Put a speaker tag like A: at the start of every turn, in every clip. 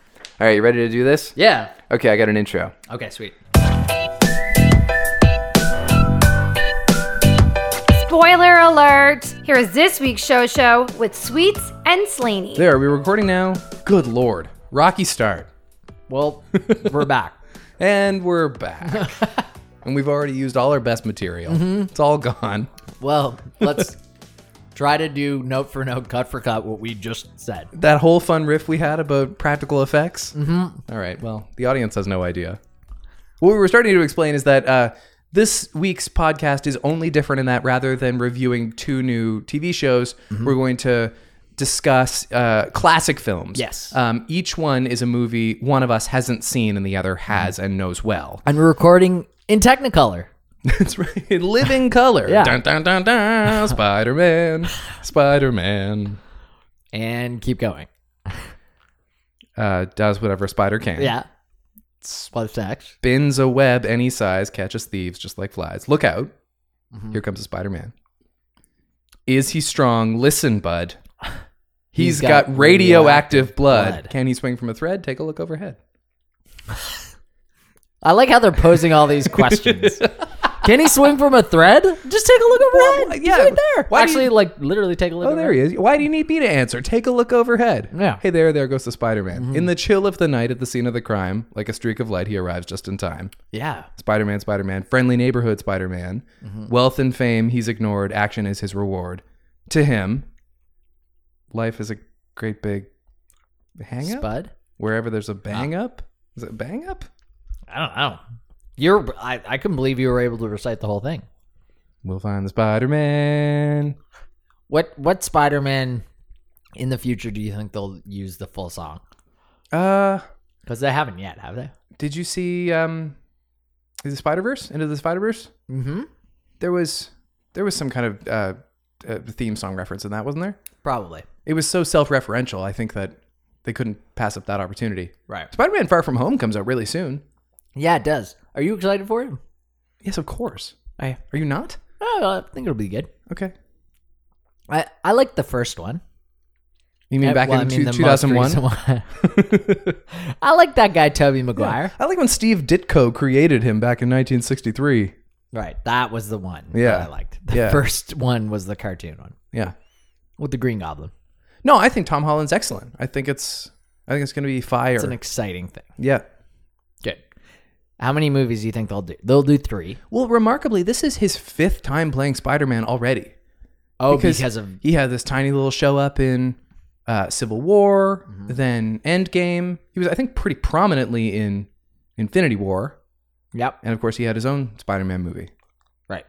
A: All right, you ready to do this?
B: Yeah.
A: Okay, I got an intro.
B: Okay, sweet.
C: Spoiler alert! Here is this week's show show with Sweets and Slaney.
A: There, are we recording now? Good lord. Rocky start.
B: Well, we're back.
A: And we're back. and we've already used all our best material. It's all gone.
B: Well, let's try to do note for note, cut for cut what we just said.
A: That whole fun riff we had about practical effects. Mm-hmm. right, well, the audience has no idea. What we were starting to explain is that uh, this week's podcast is only different in that rather than reviewing two new TV shows,
B: Mm-hmm.
A: we're going to discuss uh, classic films.
B: Yes.
A: Um, each one is a movie one of us hasn't seen and the other
B: Mm-hmm.
A: has and knows well.
B: And we're recording in Technicolor.
A: That's right. In living color.
B: Yeah.
A: Dun, dun, dun, dun. Spider Man. Spider Man.
B: And keep going.
A: Uh, does whatever a spider can.
B: Yeah. Plus sex.
A: Spins a web any size, catches thieves just like flies. Look out. Here comes a Spider Man. Is he strong? Listen, bud. He's got, radioactive blood.
B: blood.
A: Can he swing from a thread? Take a look overhead.
B: I like how they're posing all these questions. Can he swing from a thread? Just take a look overhead. He's
A: yeah.
B: right there.
A: Why do
B: Actually,
A: you-
B: like literally take a look
A: Oh, there he is. Why do you need me to answer? Take a look overhead.
B: Yeah.
A: Hey there, there goes the Spider Man. In the chill of the night at the scene of the crime, like a streak of light, he arrives just in time.
B: Yeah.
A: Spider Man, Spider Man, friendly neighborhood Spider Man. Wealth and fame he's ignored. Action is his reward. To him, life is a great big hang up.
B: Spud?
A: Wherever there's a bang up, is it a bang up?
B: I don't know. You're I, I couldn't believe you were able to recite the whole thing.
A: We'll find the Spider Man.
B: What what Spider Man in the future do you think they'll use the full song?
A: Uh,
B: Because they haven't yet, have they?
A: did you see um, is it Spider Verse? Into the Spider Verse?
B: Mm-hmm.
A: There was there was some kind of uh, uh theme song reference in that, wasn't there?
B: Probably.
A: It was so self referential. I think that they couldn't pass up that opportunity.
B: Right.
A: Spider Man Far From Home comes out really soon.
B: Yeah, it does. Are you excited for it?
A: Yes, of course.
B: I
A: Are you not?
B: oh, I think it'll be good.
A: Okay.
B: I I like the first one.
A: You mean
B: Uh,
A: back
B: well,
A: in
B: I mean, the most
A: 2001?
B: recent one. I like that guy Toby Maguire.
A: I like when Steve Ditko created him back in 1963.
B: Right. That was the one
A: Yeah.
B: that I liked. The
A: Yeah.
B: first one was the cartoon one
A: Yeah.
B: with the Green Goblin.
A: No, I think Tom Holland's excellent. I think it's I think it's going to be fire.
B: It's an exciting thing.
A: yeah.
B: Good. How many movies do you think they'll do? They'll do three.
A: Well, remarkably, this is his fifth time playing Spider-Man already.
B: Oh, because, of
A: he had this tiny little show up in uh, Civil War,
B: Mm-hmm.
A: then Endgame. He was, I think, pretty prominently in Infinity War,
B: yep.
A: and of course, he had his own Spider-Man movie.
B: Right.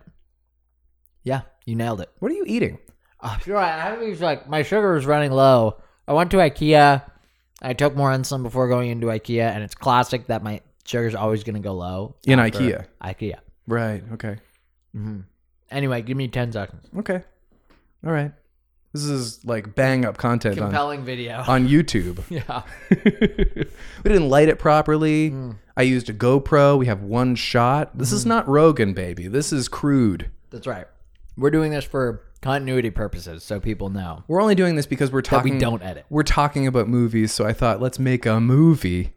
B: Yeah, you nailed it.
A: What are you eating?
B: Oh, sure. I I was like, my sugar is running low. I went to IKEA. I took more insulin before going into IKEA, and it's classic that my sugar's always going to go low
A: In
B: after
A: IKEA.
B: IKEA.
A: Right. Okay.
B: Anyway, give me ten seconds.
A: Okay. All right. This is like bang up content on,
B: Compelling video.
A: on YouTube.
B: yeah.
A: we didn't light it properly.
B: Hmm.
A: I used a GoPro. We have one shot. This is not Rogan, baby. This is crude.
B: That's right. We're doing this for continuity purposes, so people know.
A: We're only doing this because we're
B: we
A: talking.
B: don't edit.
A: We're talking about movies, so I thought let's make a movie.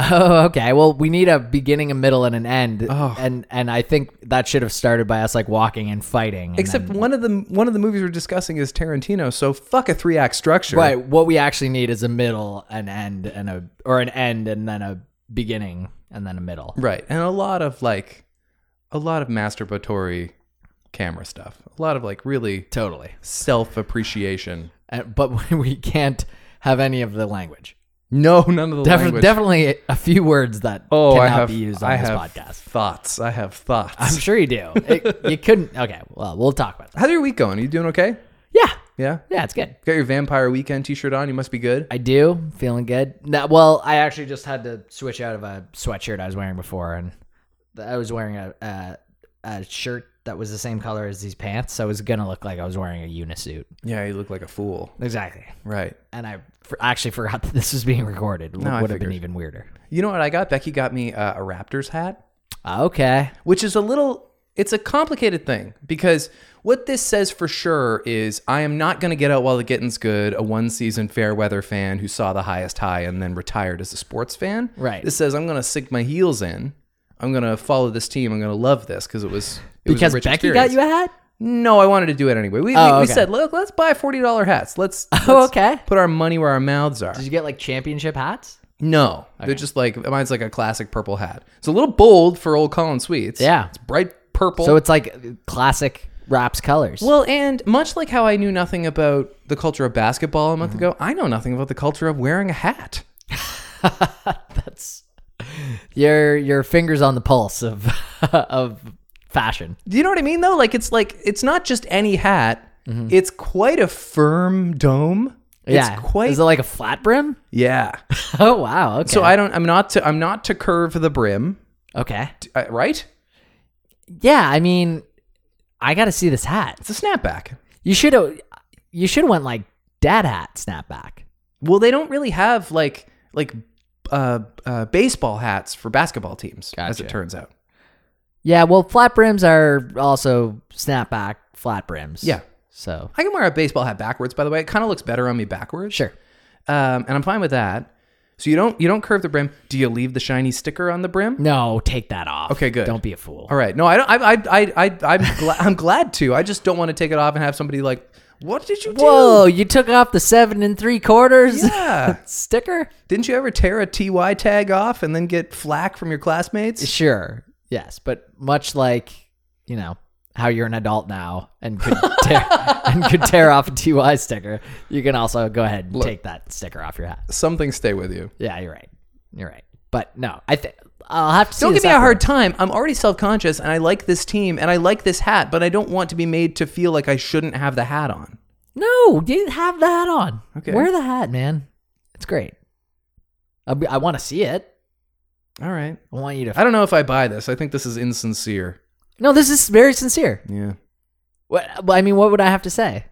B: Oh, okay. Well, we need a beginning, a middle, and an end, and and I think that should have started by us like walking and fighting. and
A: Except one of the one of the movies we're discussing is Tarantino, so fuck a three act structure.
B: Right. What we actually need is a middle, an end, and a or an end and then a beginning and then a middle.
A: Right. And a lot of like, a lot of masturbatory camera stuff. A lot of like really
B: Totally.
A: self appreciation.
B: Uh, but we can't have any of the language.
A: No, none of the
B: Def-
A: language.
B: Definitely a few words that
A: Oh,
B: cannot
A: I have.
B: be used on
A: I
B: this
A: have
B: podcast.
A: thoughts. I have thoughts.
B: I'm sure you do. It- you couldn't. Okay. Well, we'll talk about that.
A: How's your week going? Are you doing okay?
B: Yeah.
A: Yeah.
B: Yeah, it's good.
A: Got your Vampire Weekend T-shirt on. You must be good.
B: I do feeling good. Now, well, I actually just had to switch out of a sweatshirt I was wearing before, and th- I was wearing a a, a shirt that was the same color as these pants, so it was gonna look like I was wearing a unisuit.
A: Yeah, you look like a fool.
B: Exactly.
A: Right.
B: And I f- actually forgot that this was being recorded. It
A: I
B: would have been
A: figured.
B: even weirder.
A: You know what I got? Becky got me uh, a Raptors hat,
B: Okay.
A: which is a little. It's a complicated thing because what this says for sure is I am not going to get out while the getting's good, a one season fair weather fan who saw the highest high and then retired as a sports fan.
B: Right.
A: This says I'm going to sink my heels in. I'm going to follow this team. I'm going to love this because it was it
B: because
A: was a rich
B: Becky
A: experience.
B: got you a hat.
A: No, I wanted to do it anyway. We,
B: Oh,
A: we, we
B: okay.
A: said, look, let's buy forty dollar hats. Let's,
B: Oh,
A: let's
B: okay.
A: put our money where our mouths are.
B: Did you get like championship hats?
A: No, they're just like mine's like a classic purple hat. It's a little bold for old Colin Sweets.
B: Yeah.
A: it's bright purple.
B: So it's like classic raps colors.
A: well, and much like how I knew nothing about the culture of basketball a month
B: Mm-hmm.
A: ago, I know nothing about the culture of wearing a hat.
B: that's your your fingers on the pulse of of fashion.
A: Do you know what I mean though? Like it's like it's not just any hat. It's quite a firm dome.
B: Mm-hmm. yeah,
A: it's quite
B: is it like a flat brim?
A: yeah.
B: Oh wow. Okay.
A: So I don't. I'm not to. I'm not to curve the brim.
B: okay.
A: Uh, right?
B: Yeah, I mean, I got to see this hat.
A: It's a snapback.
B: You should have you should have went like dad hat snapback.
A: Well, they don't really have like like uh, uh, baseball hats for basketball teams, as it
B: Gotcha.
A: turns out.
B: Yeah, well, flat brims are also snapback flat brims.
A: Yeah.
B: So
A: I can wear a baseball hat backwards. By the way, it kind of looks better on me backwards.
B: sure.
A: um, and I'm fine with that. So you don't you don't curve the brim. Do you leave the shiny sticker on the brim?
B: No, take that off.
A: Okay, good.
B: Don't be a fool.
A: All right. No, I don't. I I I, I I'm glad I'm glad to. I just don't want to take it off and have somebody like, what did you do?
B: Whoa, you took off the seven and three quarters
A: Yeah.
B: sticker?
A: Didn't you ever tear a TY tag off and then get flack from your classmates?
B: Sure. Yes, but much like you know how you're an adult now and could tear, and could tear off a TY sticker, you can also go ahead and take that sticker off your hat.
A: Some things stay with you.
B: Yeah, you're right. You're right. But no, I think I'll have to. see
A: Don't
B: this
A: give me a
B: after.
A: hard time. I'm already self conscious and I like this team and I like this hat, but I don't want to be made to feel like I shouldn't have the hat on.
B: No, you have the hat on.
A: Okay.
B: wear the hat, man. It's great. I, I want to see it.
A: All right.
B: I want you to.
A: I don't know if I buy this. I think this is insincere.
B: no, this is very sincere.
A: Yeah.
B: What well, I mean, what would I have to say?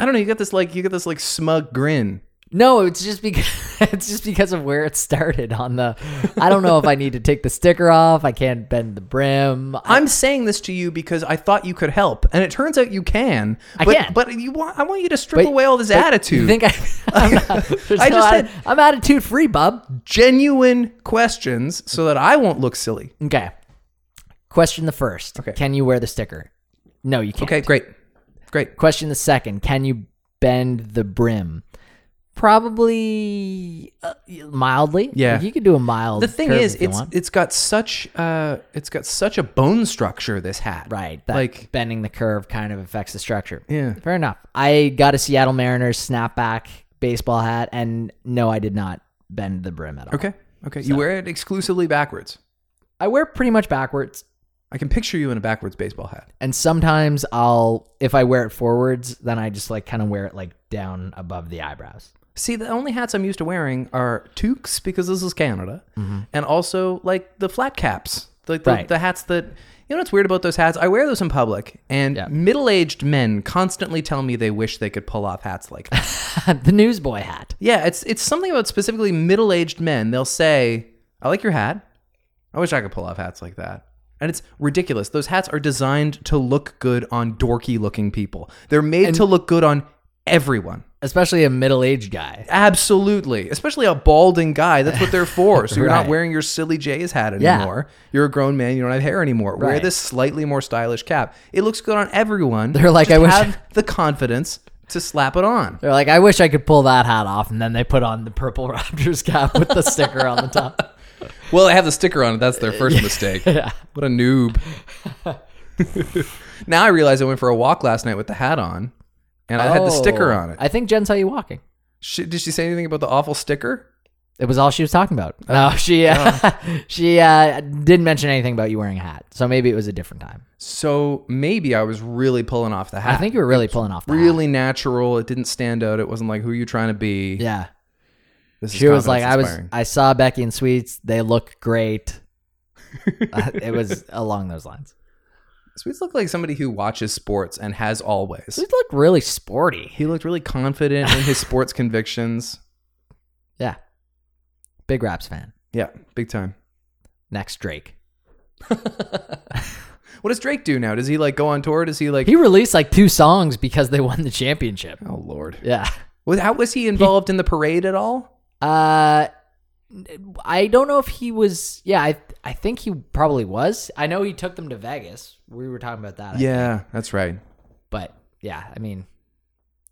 A: I don't know. You got this like you got this like smug grin.
B: No, it's just because it's just because of where it started on the. I don't know if I need to take the sticker off. I can't bend the brim. I,
A: I'm saying this to you because I thought you could help, and it turns out you can.
B: I
A: but,
B: can.
A: But you want I want you to strip
B: But-
A: away all this
B: but
A: attitude.
B: You think I? I'm not,
A: I
B: I
A: just
B: just
A: said-
B: I'm attitude free, bub.
A: Genuine questions so that I won't look silly.
B: Okay. Question the first.
A: Okay.
B: Can you wear the sticker? No, you can't.
A: Okay, great, great.
B: Question the second. Can you bend the brim? Probably uh, mildly.
A: Yeah.
B: Like, you could do a mild.
A: The thing
B: curve
A: is,
B: if you
A: it's
B: want.
A: it's got such uh it's got such a bone structure. This hat,
B: Right. That
A: Like-
B: like bending the curve kind of affects the structure.
A: Yeah.
B: Fair enough. I got a Seattle Mariners snapback baseball hat, and no, I did not bend the brim at all.
A: Okay, okay. You wear it exclusively backwards.
B: I wear pretty much backwards,
A: I can picture you in a backwards baseball hat.
B: and sometimes I'll, if I wear it forwards, then I just like kind of wear it like down above the eyebrows.
A: See, the only hats I'm used to wearing are toques because this is Canada, and also like the flat caps, like the,
B: Mm-hmm. Right.
A: the hats that. You know what's weird about those hats? I wear those in public, and
B: Yeah.
A: middle-aged men constantly tell me they wish they could pull off hats like that.
B: the newsboy hat.
A: yeah, it's it's something about specifically middle-aged men. They'll say, "I like your hat. I wish I could pull off hats like that." And it's ridiculous. Those hats are designed to look good on dorky-looking people. They're made to look good on everyone.
B: Especially a middle aged guy.
A: Absolutely. Especially a balding guy. That's what they're for. So you're not
B: Right.
A: wearing your silly J's hat
B: Yeah.
A: anymore. You're a grown man. You don't have hair anymore. Wear
B: Right.
A: this slightly more stylish cap. It looks good on everyone.
B: They're like,
A: Just
B: "I wish-
A: have the confidence to slap it on.
B: They're like, I wish I could pull that hat off, and then they put on the purple Raptors cap with the sticker on the top.
A: Well, I have the sticker on it. That's their first mistake. What a noob. now I realize I went for a walk last night with the hat on and I had the sticker
B: Oh.
A: on it.
B: I think Jen saw you walking.
A: She, did she say anything about the awful sticker?
B: It was all she was talking about.
A: Oh.
B: no, she uh, she uh, didn't mention anything about you wearing a hat. So maybe it was a different time.
A: So maybe I was really pulling off the hat.
B: I think you were really pulling off. The hat.
A: really natural. It didn't stand out. It wasn't like who you trying to be.
B: Yeah.
A: This is
B: She was like,
A: confidence
B: I was.
A: inspiring.
B: I saw Becky and Sweets. They look great. Uh, it was along those lines.
A: Sweets looked like somebody who watches sports and has always.
B: Sweets look really sporty.
A: He looked really confident in his sports convictions.
B: Yeah. Big Raps fan.
A: Yeah, big time.
B: Next Drake.
A: What does Drake do now? Does he like go on tour? Does he like?
B: He released like two songs because they won the championship.
A: oh Lord.
B: Yeah.
A: Was- How was he involved in the parade at all?
B: Uh, I don't know if he was. Yeah, I I think he probably was. I know he took them to Vegas. We were talking about that. I
A: Yeah, that's right.
B: But yeah, I mean,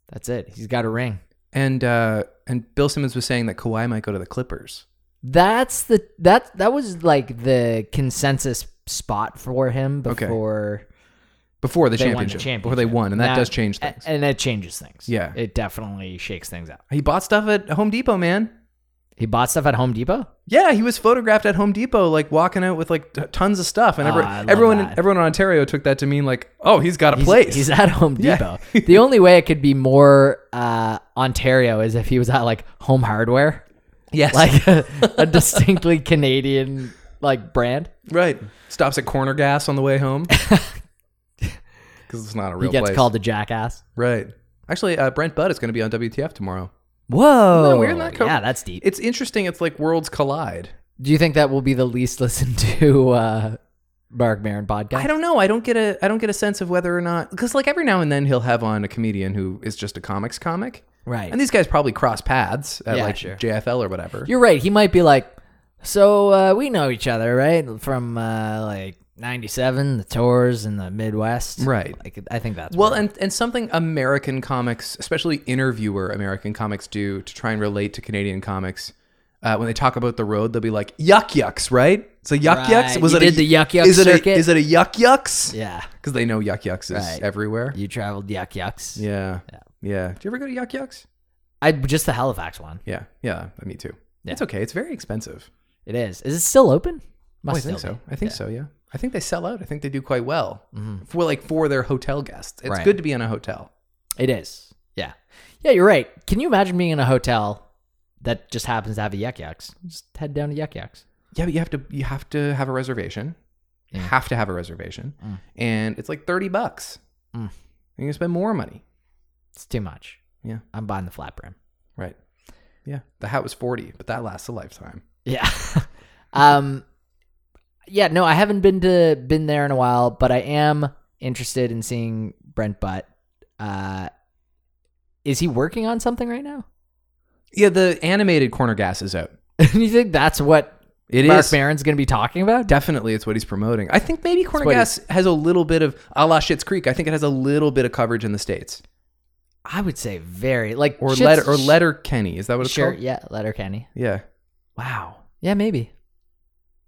B: that's it. He's got a ring.
A: And uh and Bill Simmons was saying that Kawhi might go to the Clippers.
B: That's the that that was like the consensus spot for him
A: Okay.
B: before
A: before the,
B: they
A: championship,
B: won the championship.
A: before they won, and that,
B: Now-
A: does change
B: a-
A: things.
B: And that changes things.
A: Yeah.
B: it definitely shakes things up.
A: he bought stuff at Home Depot, man.
B: He bought stuff at Home Depot.
A: Yeah, he was photographed at Home Depot, like walking out with like t- tons of stuff, and every-
B: Ah, I love
A: everyone,
B: that.
A: everyone in Ontario took that to mean like, oh, he's got a
B: He's,
A: place.
B: He's at Home
A: Yeah.
B: Depot. the only way it could be more uh, Ontario is if he was at like Home Hardware,
A: yes,
B: like a, a distinctly Canadian like brand.
A: right. Stops at Corner Gas on the way home because it's not a
B: He
A: real
B: gets
A: place.
B: called a jackass.
A: right. Actually, uh, Brent Budd is going to be on WTF tomorrow.
B: Whoa!
A: that weird? That co-
B: yeah, that's deep.
A: It's interesting. It's like worlds collide.
B: Do you think that will be the least listened to uh, Mark Maron podcast?
A: I don't know. I don't get a I don't get a sense of whether or not because like every now and then he'll have on a comedian who is just a comics comic,
B: right.
A: and these guys probably cross paths at
B: Yeah,
A: like
B: sure.
A: JFL or whatever.
B: You're right. He might be like, so uh, we know each other, right? From uh, like '97, the tours in the Midwest,
A: Right.
B: Like, I think that's
A: well, and and something American comics, especially interviewer American comics, do to try and relate to Canadian comics. Uh, when they talk about the road, they'll be like yuck yucks, right? So yuck yucks
B: Right.
A: was
B: You
A: it
B: did
A: a,
B: the yuck yuck
A: is it
B: circuit?
A: A, is it a yuck yucks?
B: yeah.
A: because they know yuck yucks is
B: Right.
A: everywhere.
B: You traveled yuck yucks.
A: Yeah. yeah, Do you ever go to yuck yucks?
B: I just the Halifax one.
A: Yeah, yeah, me too.
B: Yeah.
A: It's okay. It's very expensive.
B: It is. Is it still open?
A: Oh,
B: Must
A: I think
B: still
A: so.
B: be. Mm-hmm.
A: I think so. Yeah. I think they sell out. I think they do quite well for like for their hotel guests. It's
B: Right.
A: good to be in a hotel.
B: It is. Yeah. Yeah, you're right. Can you imagine being in a hotel that just happens to have a yuck yucks? Just head down to yuck yucks.
A: Yeah, but you have to you have to have a reservation. You
B: Yeah.
A: have to have a reservation,
B: Mm.
A: and it's like thirty bucks.
B: Mm.
A: And you can spend more money.
B: It's too much.
A: Yeah.
B: I'm buying the flat brim.
A: Right. Yeah. The hat was forty, but that lasts a lifetime.
B: Yeah. um yeah, no, I haven't been to been there in a while, but I am interested in seeing Brent Butt. Uh is he working on something right now?
A: Yeah. The animated corner gas is out.
B: you think that's what
A: It is
B: Mark Maron's going to be talking about?
A: Definitely, it's what he's promoting. I think maybe Corner
B: what
A: Gas has a little bit of a la Schitt's Creek. I think it has a little bit of coverage in the states,
B: I would say very like
A: or
B: shit's-
A: letter or Letter Kenny. Is that what it's
B: Sure,
A: called?
B: yeah, letter Kenny.
A: Yeah.
B: Wow. Yeah, maybe.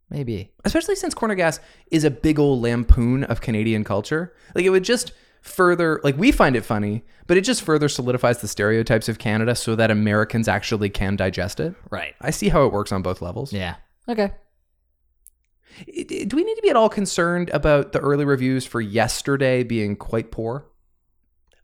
B: Maybe.
A: especially since corner gas is a big old lampoon of Canadian culture. Like it would just further like we find it funny, but it just further solidifies the stereotypes of Canada so that Americans actually can digest it.
B: Right.
A: I see how it works on both levels.
B: Yeah. Okay.
A: I- I- Do we need to be at all concerned about the early reviews for yesterday being quite poor?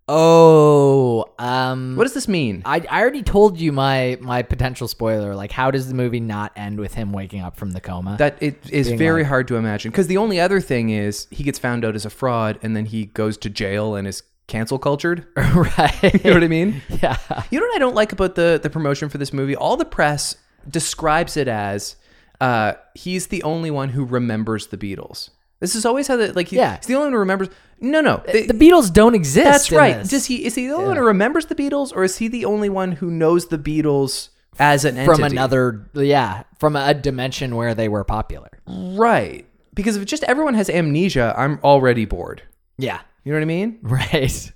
B: Oh, um
A: What does this mean?
B: I, I already told you my my potential spoiler. Like, how does the movie not end with him waking up from the coma?
A: That it is
B: Being
A: very
B: like-
A: hard to imagine because the only other thing is he gets found out as a fraud and then he goes to jail and is cancel cultured.
B: right?
A: You know what I mean?
B: yeah.
A: You know what I don't like about the the promotion for this movie? All the press describes it as uh, he's the only one who remembers the Beatles. This is always how the like he-
B: Yeah. Uh,
A: he's the only one who remembers. No, no, they-
B: The Beatles don't exist.
A: that's
B: in
A: right.
B: this.
A: Does he is he the only one who remembers the Beatles, or is he the only one who knows the Beatles as an
B: from
A: entity?
B: another? Yeah, from a dimension where they were popular.
A: right? Because if just everyone has amnesia, I'm already bored.
B: Yeah.
A: You know what I mean?
B: Right.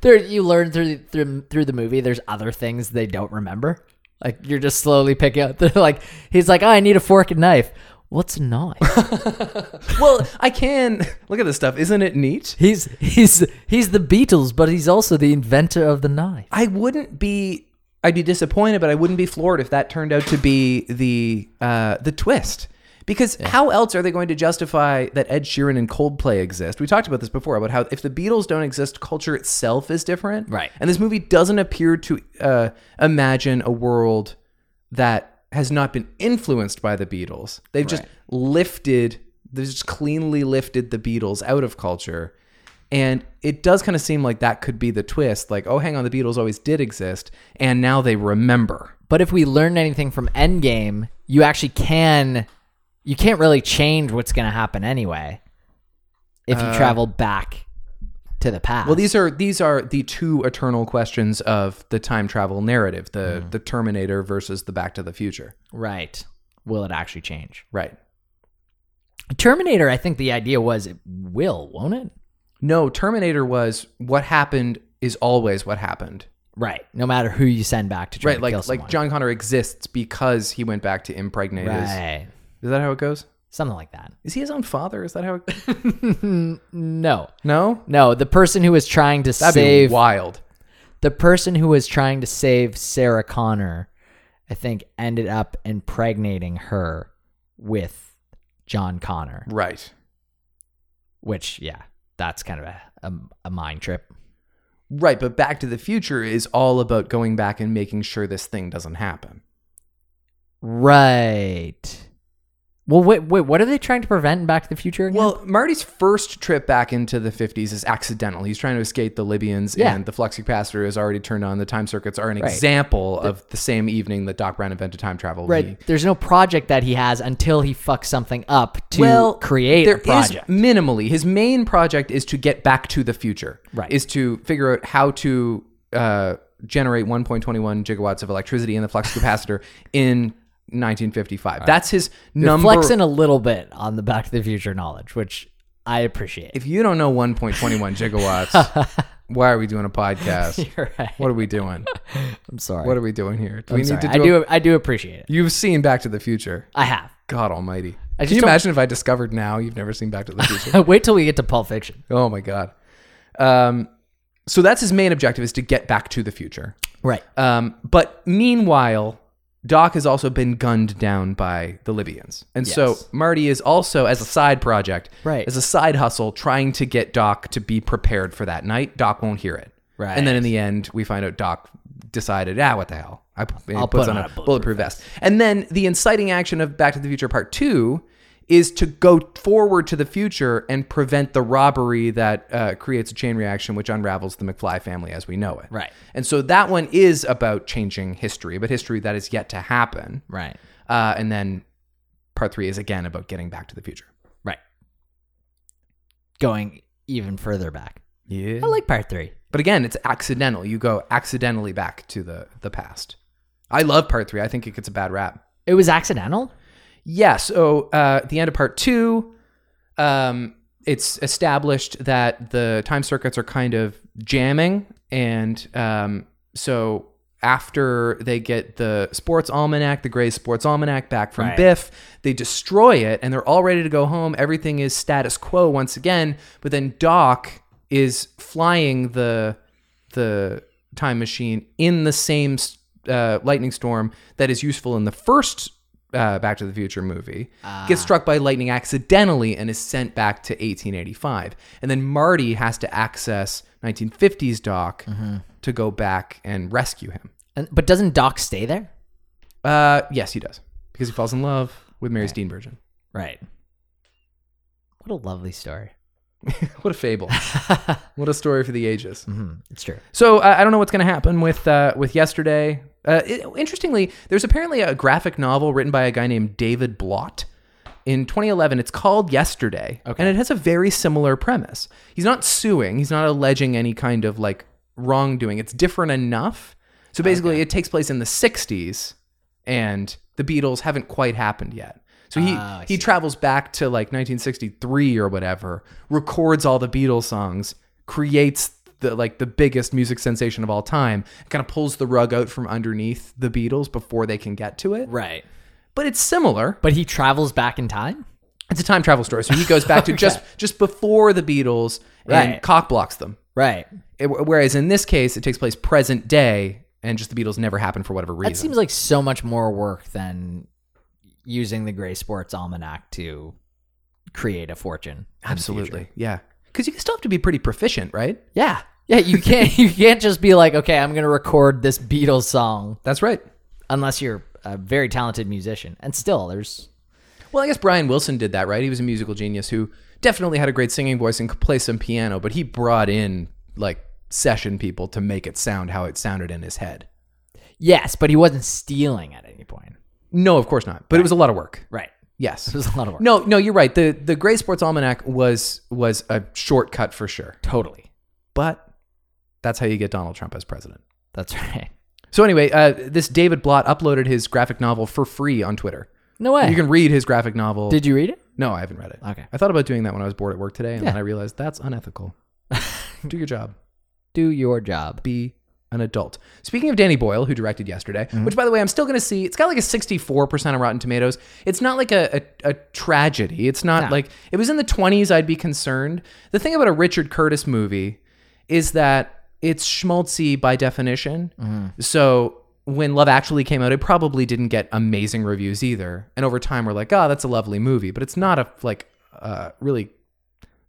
B: There, you learn through through through the movie. There's other things they don't remember. Like you're just slowly picking up. They're like, he's like, oh, I need a fork and knife. What's a knife?
A: Well, I can look at this stuff. Isn't it neat?
B: he's he's he's the Beatles, but he's also the inventor of the knife.
A: I wouldn't be. I'd be disappointed, but I wouldn't be floored if that turned out to be the uh, the twist. Because how else are they going to justify that Ed Sheeran and Coldplay exist? We talked about this before about how if the Beatles don't exist, culture itself is different.
B: Right.
A: And this movie doesn't appear to uh, imagine a world that has not been influenced by the Beatles. They've just
B: Right.
A: lifted, they've just cleanly lifted the Beatles out of culture. And it does kind of seem like that could be the twist. Like, oh, hang on, the Beatles always did exist, and now they remember.
B: But if we learn anything from Endgame, you actually can you can't really change what's going to happen anyway. if you traveled back to the past.
A: Well, these are these are the two eternal questions of the time travel narrative: the
B: Mm-hmm.
A: the Terminator versus the Back to the Future.
B: right. Will it actually change?
A: Right.
B: Terminator, I think the idea was it will, won't it?
A: No, Terminator was what happened is always what happened.
B: Right. No matter who you send back to try
A: Right,
B: to
A: like
B: kill
A: like
B: someone.
A: John Connor exists because he went back to impregnate his.
B: Right.
A: Is that how it goes?
B: Something like that.
A: Is he his own father? Is that how? It,
B: No.
A: no,
B: No, the person who was trying to
A: that'd
B: save
A: be wild.
B: the person who was trying to save Sarah Connor, I think, ended up impregnating her with John Connor.
A: Right.
B: Which, yeah, that's kind of a a, a mind trip.
A: Right, but Back to the Future is all about going back and making sure this thing doesn't happen.
B: Right. Well, wait, wait. What are they trying to prevent in Back to the Future? Again?
A: Well, Marty's first trip back into the 50s is accidental. He's trying to escape the Libyans,
B: Yeah.
A: and the flux capacitor is already turned on. The time circuits are an
B: Right.
A: example of the same evening that Doc Brown invented time travel.
B: right. There's no project that he has until he fucks something up to create
A: there
B: a
A: is
B: project.
A: minimally. His main project is to get back to the future.
B: Right.
A: Is to figure out how to uh, generate 1.21 gigawatts of electricity in the flux capacitor in 1955. That's his number.
B: Flexing a little bit on the Back to the Future knowledge, which I appreciate.
A: if you don't know 1.21 gigawatts, why are we doing a podcast?
B: You're right.
A: What are we doing?
B: I'm sorry.
A: What are we doing here? Do we
B: I'm
A: need
B: sorry.
A: to do?
B: I
A: a-
B: do. I do appreciate it.
A: you've seen Back to the Future.
B: I have.
A: God Almighty!
B: I
A: Can
B: just
A: you
B: don't-
A: imagine if I discovered now you've never seen Back to the Future?
B: Wait till we get to Pulp Fiction.
A: oh my God! Um, so that's his main objective is to get back to the future.
B: Right.
A: Um, but meanwhile, Doc has also been gunned down by the Libyans, and so
B: Yes.
A: Marty is also, as a side project,
B: Right.
A: as a side hustle, trying to get Doc to be prepared for that night. Doc won't hear it,
B: Right.
A: And then in the end, we find out Doc decided, ah, what the hell? I he
B: I'll
A: puts
B: put
A: on,
B: on
A: a
B: a bulletproof
A: bulletproof vest. And then the inciting action of Back to the Future Part Two is to go forward to the future and prevent the robbery that uh, creates a chain reaction, which unravels the McFly family as we know it.
B: Right.
A: And so that one is about changing history, but history that is yet to happen.
B: Right.
A: Uh, and then part three is again about getting back to the future.
B: Right. Going even further back.
A: Yeah.
B: I like part three.
A: but again, it's accidental. You go accidentally back to the the past. I love part three. I think it gets a bad rap.
B: It was accidental.
A: Yeah. So uh, at the end of part two, um, it's established that the time circuits are kind of jamming, and um, so after they get the sports almanac, the Gray's sports almanac back from
B: Right.
A: Biff, they destroy it, and they're all ready to go home. Everything is status quo once again. But then Doc is flying the the time machine in the same uh, lightning storm that is useful in the first uh, Back to the Future movie. Gets struck by lightning accidentally and is sent back to 1885. And then Marty has to access 1950s Doc to go back and rescue him.
B: And, but doesn't Doc stay there?
A: Uh, yes, he does because he falls in love with Mary Steenburgen.
B: Right. What a lovely story.
A: What a fable! what a story for the ages.
B: hmm It's true.
A: So uh, I don't know what's going to happen with uh, with yesterday. Uh, it- interestingly, there's apparently a graphic novel written by a guy named David Blott in 2011. It's called Yesterday,
B: Okay.
A: and it has a very similar premise. He's not suing. He's not alleging any kind of like wrongdoing. It's different enough. So basically, it takes place in the 60s, and the Beatles haven't quite happened yet. So he,
B: Oh, I
A: he travels back to like 1963 or whatever, records all the Beatles songs, creates the like the biggest music sensation of all time, kind of pulls the rug out from underneath the Beatles before they can get to it.
B: Right.
A: But it's similar.
B: But he travels back in time.
A: It's a time travel story. So he goes back to just just before the Beatles and
B: Right.
A: cock blocks them.
B: Right.
A: It- whereas in this case, it takes place present day and just the Beatles never happened for whatever reason.
B: That seems like so much more work than using the Gray Sports Almanac to create a fortune. in the future.
A: Absolutely. Yeah. Because you still have to be pretty proficient, right?
B: Yeah. Yeah, you can't you can't just be like, okay, I'm gonna record this Beatles song
A: That's right.
B: unless you're a very talented musician. And still there's
A: Well, I guess Brian Wilson did that, right? He was a musical genius who definitely had a great singing voice and could play some piano, but he brought in like session people to make it sound how it sounded in his head.
B: Yes, but he wasn't stealing at any point.
A: No, of course not. But it was a lot of work.
B: Right.
A: Yes.
B: It was a lot of work.
A: No, no, you're right. The the Gray Sports Almanac was was a shortcut for sure.
B: totally.
A: But that's how you get Donald Trump as president.
B: That's right.
A: So anyway, uh, this David Blott uploaded his graphic novel for free on Twitter.
B: No way.
A: You can read his graphic novel.
B: Did you read it?
A: no, I haven't read it.
B: Okay.
A: I thought about doing that when I was bored at work today, and
B: Yeah.
A: then I realized that's unethical. Do your job.
B: Do your job.
A: Be an adult. Speaking of Danny Boyle, who directed yesterday,
B: Mm-hmm.
A: which by the way, I'm still going to see. It's got like a 64% on Rotten Tomatoes. It's not like a, a, a tragedy. It's not
B: No.
A: like it was in the 20s. I'd be concerned. The thing about a Richard Curtis movie is that it's schmaltzy by definition.
B: Mm-hmm.
A: So when Love Actually came out, it probably didn't get amazing reviews either. And over time, we're like, oh, that's a lovely movie, but it's not a like uh, really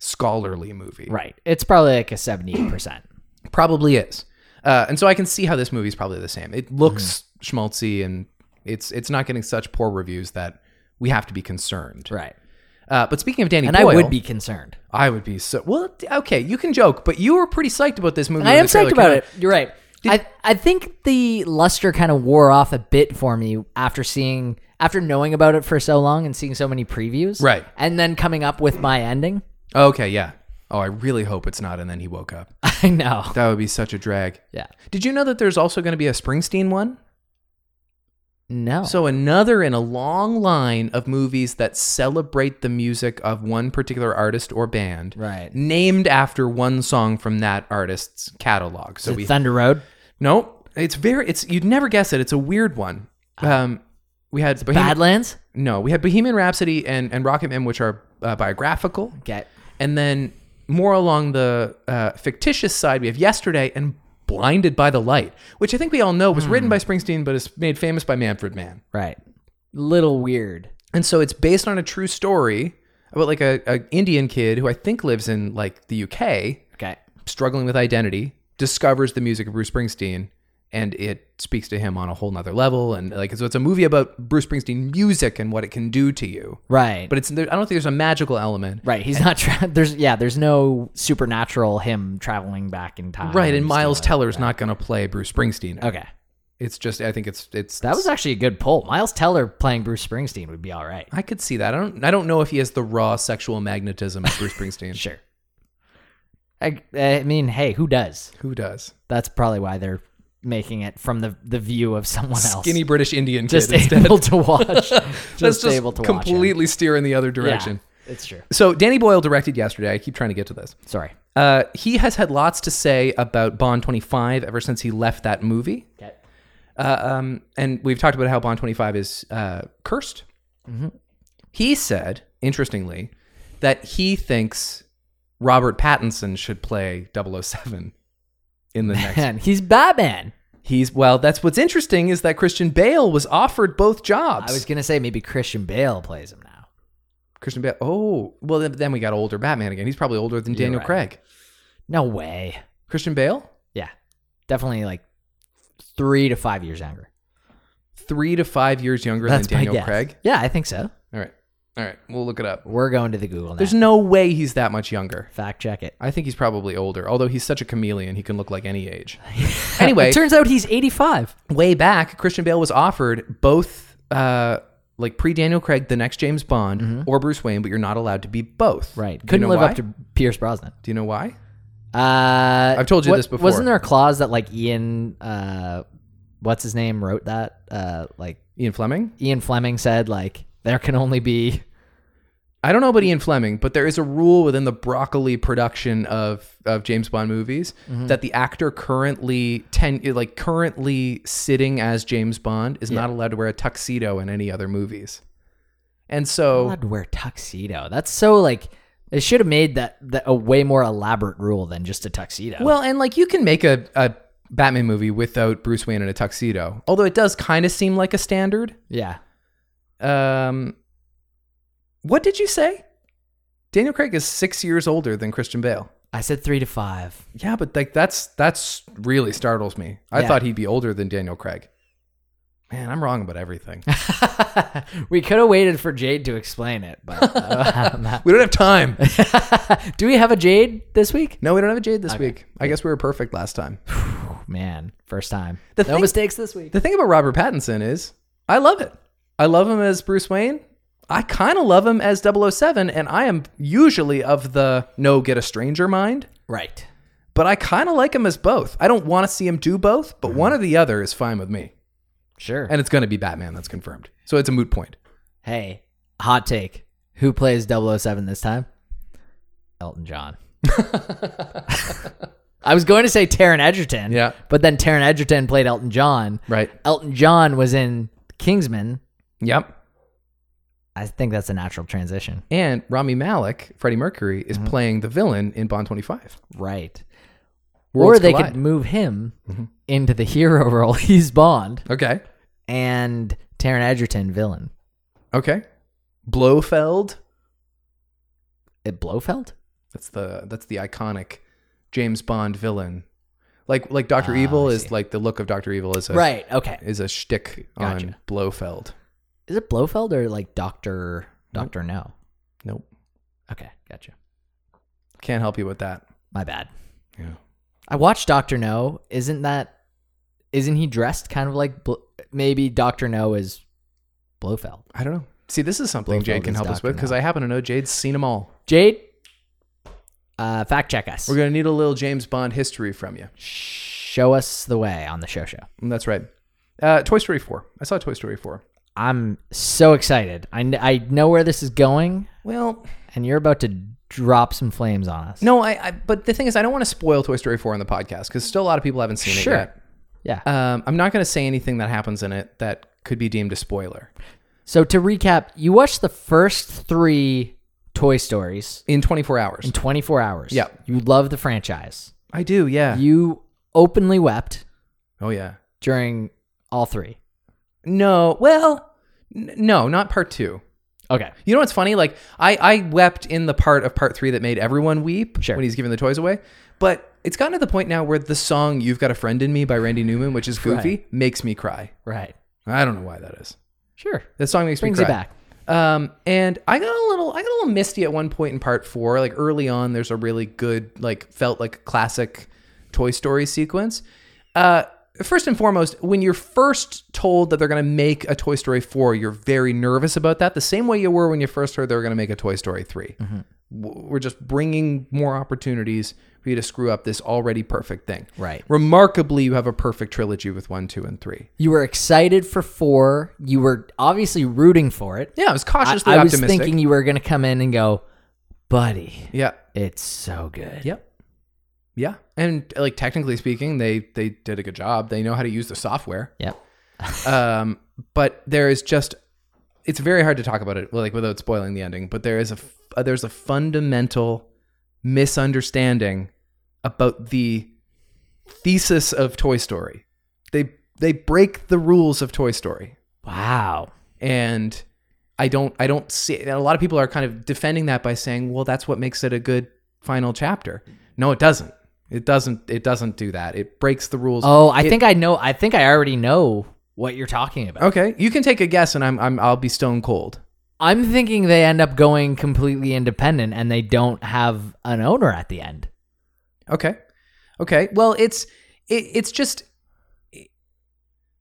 A: scholarly movie
B: Right. It's probably like a seventy percent.
A: probably is uh, and so i can see how this movie's probably the same it looks
B: Mm-hmm.
A: schmaltzy and it's it's not getting such poor reviews that we have to be concerned
B: Right.
A: uh, but speaking of danny
B: And I
A: Boyle,
B: would be concerned.
A: i would be so well okay you can joke but you were pretty psyched about this movie
B: I
A: when
B: am
A: the trailer
B: psyched about
A: came
B: it. You're right. I I think the luster kind of wore off a bit for me after seeing after knowing about it for so long and seeing so many previews.
A: Right.
B: And then coming up with my ending.
A: out. okay yeah oh i really hope it's not and then he woke up
B: I know.
A: that would be such a drag
B: Yeah.
A: did you know that there's also going to be a springsteen one
B: No.
A: So another in a long line of movies that celebrate the music of one particular artist or band,
B: Right.
A: Named after one song from that artist's catalog. So
B: Is it
A: we
B: Thunder Road.
A: nope. It's very. It's you'd never guess it. It's a weird one.
B: Uh,
A: Um, we had Bohemian,
B: Badlands.
A: no, we had Bohemian Rhapsody and and Rocketman, which are uh, biographical,
B: Okay.
A: and then more along the uh, fictitious side, we have Yesterday and Blinded by the Light, which I think we all know
B: Hmm.
A: was written by Springsteen, but is made famous by Manfred Mann.
B: Right. Little weird.
A: and so it's based on a true story about like a, a Indian kid who I think lives in like the UK,
B: Okay.
A: struggling with identity, discovers the music of Bruce Springsteen, and it speaks to him on a whole nother level. And like so, it's a movie about Bruce Springsteen music and what it can do to you.
B: Right.
A: But it's there, I don't think there's a magical element.
B: right. He's not. Tra- there's yeah. There's no supernatural him traveling back in time.
A: Right, and Miles
B: stuff.
A: Teller's not going to play Bruce Springsteen.
B: Okay.
A: It's just I think it's it's
B: That was actually a good poll. Miles Teller playing Bruce Springsteen would be all right.
A: I could see that. I don't I don't know if he has the raw sexual magnetism of Bruce Springsteen.
B: Sure. I, I mean, hey, who does?
A: Who does?
B: That's probably why they're making it from the, the view of someone else.
A: Skinny British Indian kid
B: just
A: instead.
B: able to watch. just,
A: That's just
B: able to watch.
A: completely steer in the other
B: him. Yeah,
A: direction.
B: it's true.
A: So Danny Boyle directed yesterday. I keep trying to get to this.
B: Sorry.
A: Uh, he has had lots to say about Bond 25 ever since he left that movie.
B: Okay.
A: Uh, um, and we've talked about how Bond 25 is uh, cursed.
B: Mm-hmm.
A: He said, interestingly, that he thinks Robert Pattinson should play 007 in the next.
B: Man, he's Batman.
A: He's well. That's what's interesting is that Christian Bale was offered both jobs.
B: I was gonna say maybe Christian Bale plays him now.
A: Christian Bale. Oh, well, then, then we got older Batman again. He's probably older than Daniel
B: right.
A: Craig.
B: No way.
A: Christian Bale,
B: Yeah, definitely like three to five years younger.
A: three to five years younger
B: That's
A: than Daniel
B: my guess.
A: Craig.
B: Yeah, I think so.
A: All right, all right, we'll look it up.
B: We're going to the Google.
A: There's
B: net.
A: no way he's that much younger.
B: fact check it.
A: I think he's probably older. Although he's such a chameleon, he can look like any age. anyway,
B: it turns out he's 85.
A: way back, Christian Bale was offered both, uh, like pre Daniel Craig, the next James Bond, or Bruce Wayne, but you're not allowed to be both.
B: Mm-hmm. Right,
A: Do you
B: couldn't
A: know
B: live
A: why?
B: up to Pierce Brosnan.
A: Do you know why?
B: Uh,
A: I've told you this before.
B: Wasn't there a clause that like Ian, uh, what's his name, wrote that? Uh, like
A: Ian Fleming.
B: Ian Fleming said, like there can only be
A: I don't know about Ian Fleming, but there is a rule within the broccoli production of of James Bond movies that the actor currently ten like currently sitting as James Bond is not allowed to wear a tuxedo in any other movies. And so
B: God wear tuxedo. That's so like they should have made that, that a way more elaborate rule than just a tuxedo.
A: well, and like you can make a, a Batman movie without Bruce Wayne in a tuxedo. Although it does kind of seem like a standard.
B: yeah,
A: Um What did you say? Daniel Craig is 6 years older than Christian Bale.
B: I said three to five.
A: Yeah, but like that's that's really startles me. I
B: Yeah.
A: thought he'd be older than Daniel Craig. Man, I'm wrong about everything.
B: we could have waited for Jade to explain it, but uh,
A: we don't have time.
B: do we have a Jade this week?
A: No, we don't have a Jade this week. I guess we were perfect last time.
B: Man, first time.
A: The
B: no
A: thing-
B: mistakes this week.
A: The thing about Robert Pattinson is I love it. I love him as Bruce Wayne. I kind of love him as 007, and I am usually of the no get a stranger mind,
B: Right.
A: but I kind of like him as both. I don't want to see him do both, but one or the other is fine with me.
B: Sure.
A: And it's going to be Batman, that's confirmed. So it's a moot point.
B: hey, hot take. Who plays 007 this time? Elton John. I was going to say Taron Egerton.
A: Yeah.
B: But then Taron Egerton played Elton John.
A: Right.
B: Elton John was in Kingsman.
A: Yep.
B: I think that's a natural transition.
A: And Rami Malik, Freddie Mercury,
B: Mm-hmm.
A: is playing the villain in Bond 25.
B: Right.
A: Worlds
B: or they
A: collide.
B: could move him into the hero role. He's Bond
A: Okay.
B: and Taron Egerton villain.
A: Okay. Blofeld.
B: It Blofeld?
A: That's the that's the iconic James Bond villain. Like like Doctor Evil is like the look of Doctor Evil is a
B: Ah, Right. Okay.
A: is a shtick on
B: Gotcha.
A: Blofeld.
B: Is it Blofeld or like Doctor Doctor No?
A: Nope.
B: Okay, gotcha.
A: Can't help you with that.
B: My bad.
A: Yeah.
B: I watched Doctor No. Isn't that? Isn't he dressed kind of like Bl- maybe Doctor No is Blofeld?
A: I don't know. See, this is something
B: Blofeld
A: Jade can
B: is
A: help us
B: Dr.
A: with because
B: Now.
A: I happen to know Jade's seen them all.
B: Jade, uh, fact check us.
A: We're gonna need a little James Bond history from you.
B: Show us the way on the show show.
A: And That's right. Uh, Toy Story 4. I saw Toy Story 4.
B: I'm so excited. I, kn- I know where this is going,
A: Well,
B: and you're about to drop some flames on us.
A: no, I, I but the thing is I don't want to spoil Toy Story 4 on the podcast because still a lot of people haven't seen
B: Sure.
A: it yet.
B: Yeah.
A: Um, I'm not going to say anything that happens in it that could be deemed a spoiler.
B: so to recap, you watched the first three Toy Stories
A: In 24 hours.
B: in 24 hours.
A: Yeah.
B: You love the franchise.
A: I do, yeah.
B: You openly wept
A: oh, yeah.
B: during all three.
A: No, well, n- no, not part two.
B: Okay.
A: You know what's funny? Like, I, I wept in the part of part three that made everyone weep
B: Sure.
A: when he's giving the toys away. But it's gotten to the point now where the song You've Got a Friend in Me by Randy Newman, which is goofy, makes me cry.
B: Right.
A: I don't know why that is.
B: Sure.
A: That song makes
B: Brings
A: me
B: you
A: cry.
B: back.
A: Um, and I got a little, I got a little misty at one point in part four. Like early on, there's a really good, like felt like classic Toy Story sequence. Uh, first and foremost, when you're first told that they're going to make a Toy Story four, you're very nervous about that. The same way you were when you first heard they were going to make a Toy Story 3
B: Mm-hmm.
A: W We're just bringing more opportunities for you to screw up this already perfect thing.
B: Right.
A: Remarkably, you have a perfect trilogy with one, two, and three.
B: You were excited for four. You were obviously rooting for it.
A: Yeah, I was
B: I,
A: cautiously
B: I was
A: optimistic.
B: thinking you were going to come in and go, buddy,
A: yeah.
B: it's so good.
A: Yep. Yeah, and like technically speaking, they they did a good job. They know how to use the software.
B: Yep.
A: Um, but there is just it's very hard to talk about it like without spoiling the ending. But there is a f- uh, there's a fundamental misunderstanding about the thesis of Toy Story. They they break the rules of Toy Story
B: Wow.
A: and I don't I don't see and a lot of people are kind of defending that by saying, well, that's what makes it a good final chapter. No, it doesn't. It doesn't it doesn't do that. It breaks the rules.
B: Oh, I think I know. I think I already know what you're talking about.
A: Okay, you can take a guess and I'm I'm I'll be stone cold.
B: I'm thinking they end up going completely independent and they don't have an owner at the end.
A: Okay. Okay. Well, it's it, it's just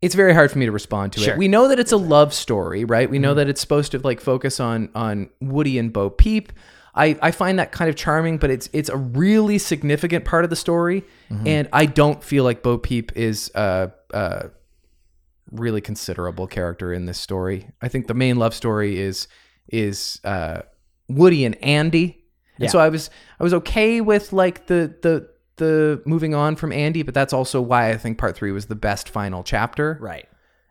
A: it's very hard for me to respond to
B: Sure.
A: it. We know that it's a love story, right? We know that it's supposed to like focus on on Woody and Bo Peep. I, I find that kind of charming, but it's it's a really significant part of the story, and I don't feel like Bo Peep is a, a really considerable character in this story. I think the main love story is is uh, Woody and Andy, and
B: Yeah.
A: so I was I was okay with like the the the moving on from Andy, but that's also why I think part three was the best final chapter.
B: Right.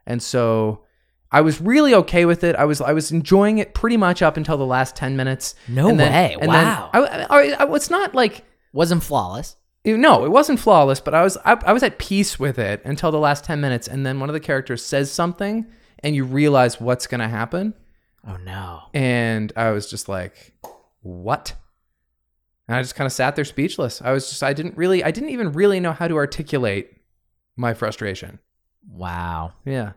A: And so I was really okay with it. I was I was enjoying it pretty much up until the last ten minutes.
B: No
A: and then,
B: way.
A: And then-
B: Wow.
A: I, I, I, it's not like
B: Wasn't flawless.
A: you- no, it wasn't flawless, but I was I, I was at peace with it until the last ten minutes, and then one of the characters says something, and you realize what's going to happen,
B: Oh, no.
A: and I was just like, what? And I just kind of sat there speechless. I was just I didn't really I didn't even really know how to articulate my frustration.
B: Wow.
A: Yeah,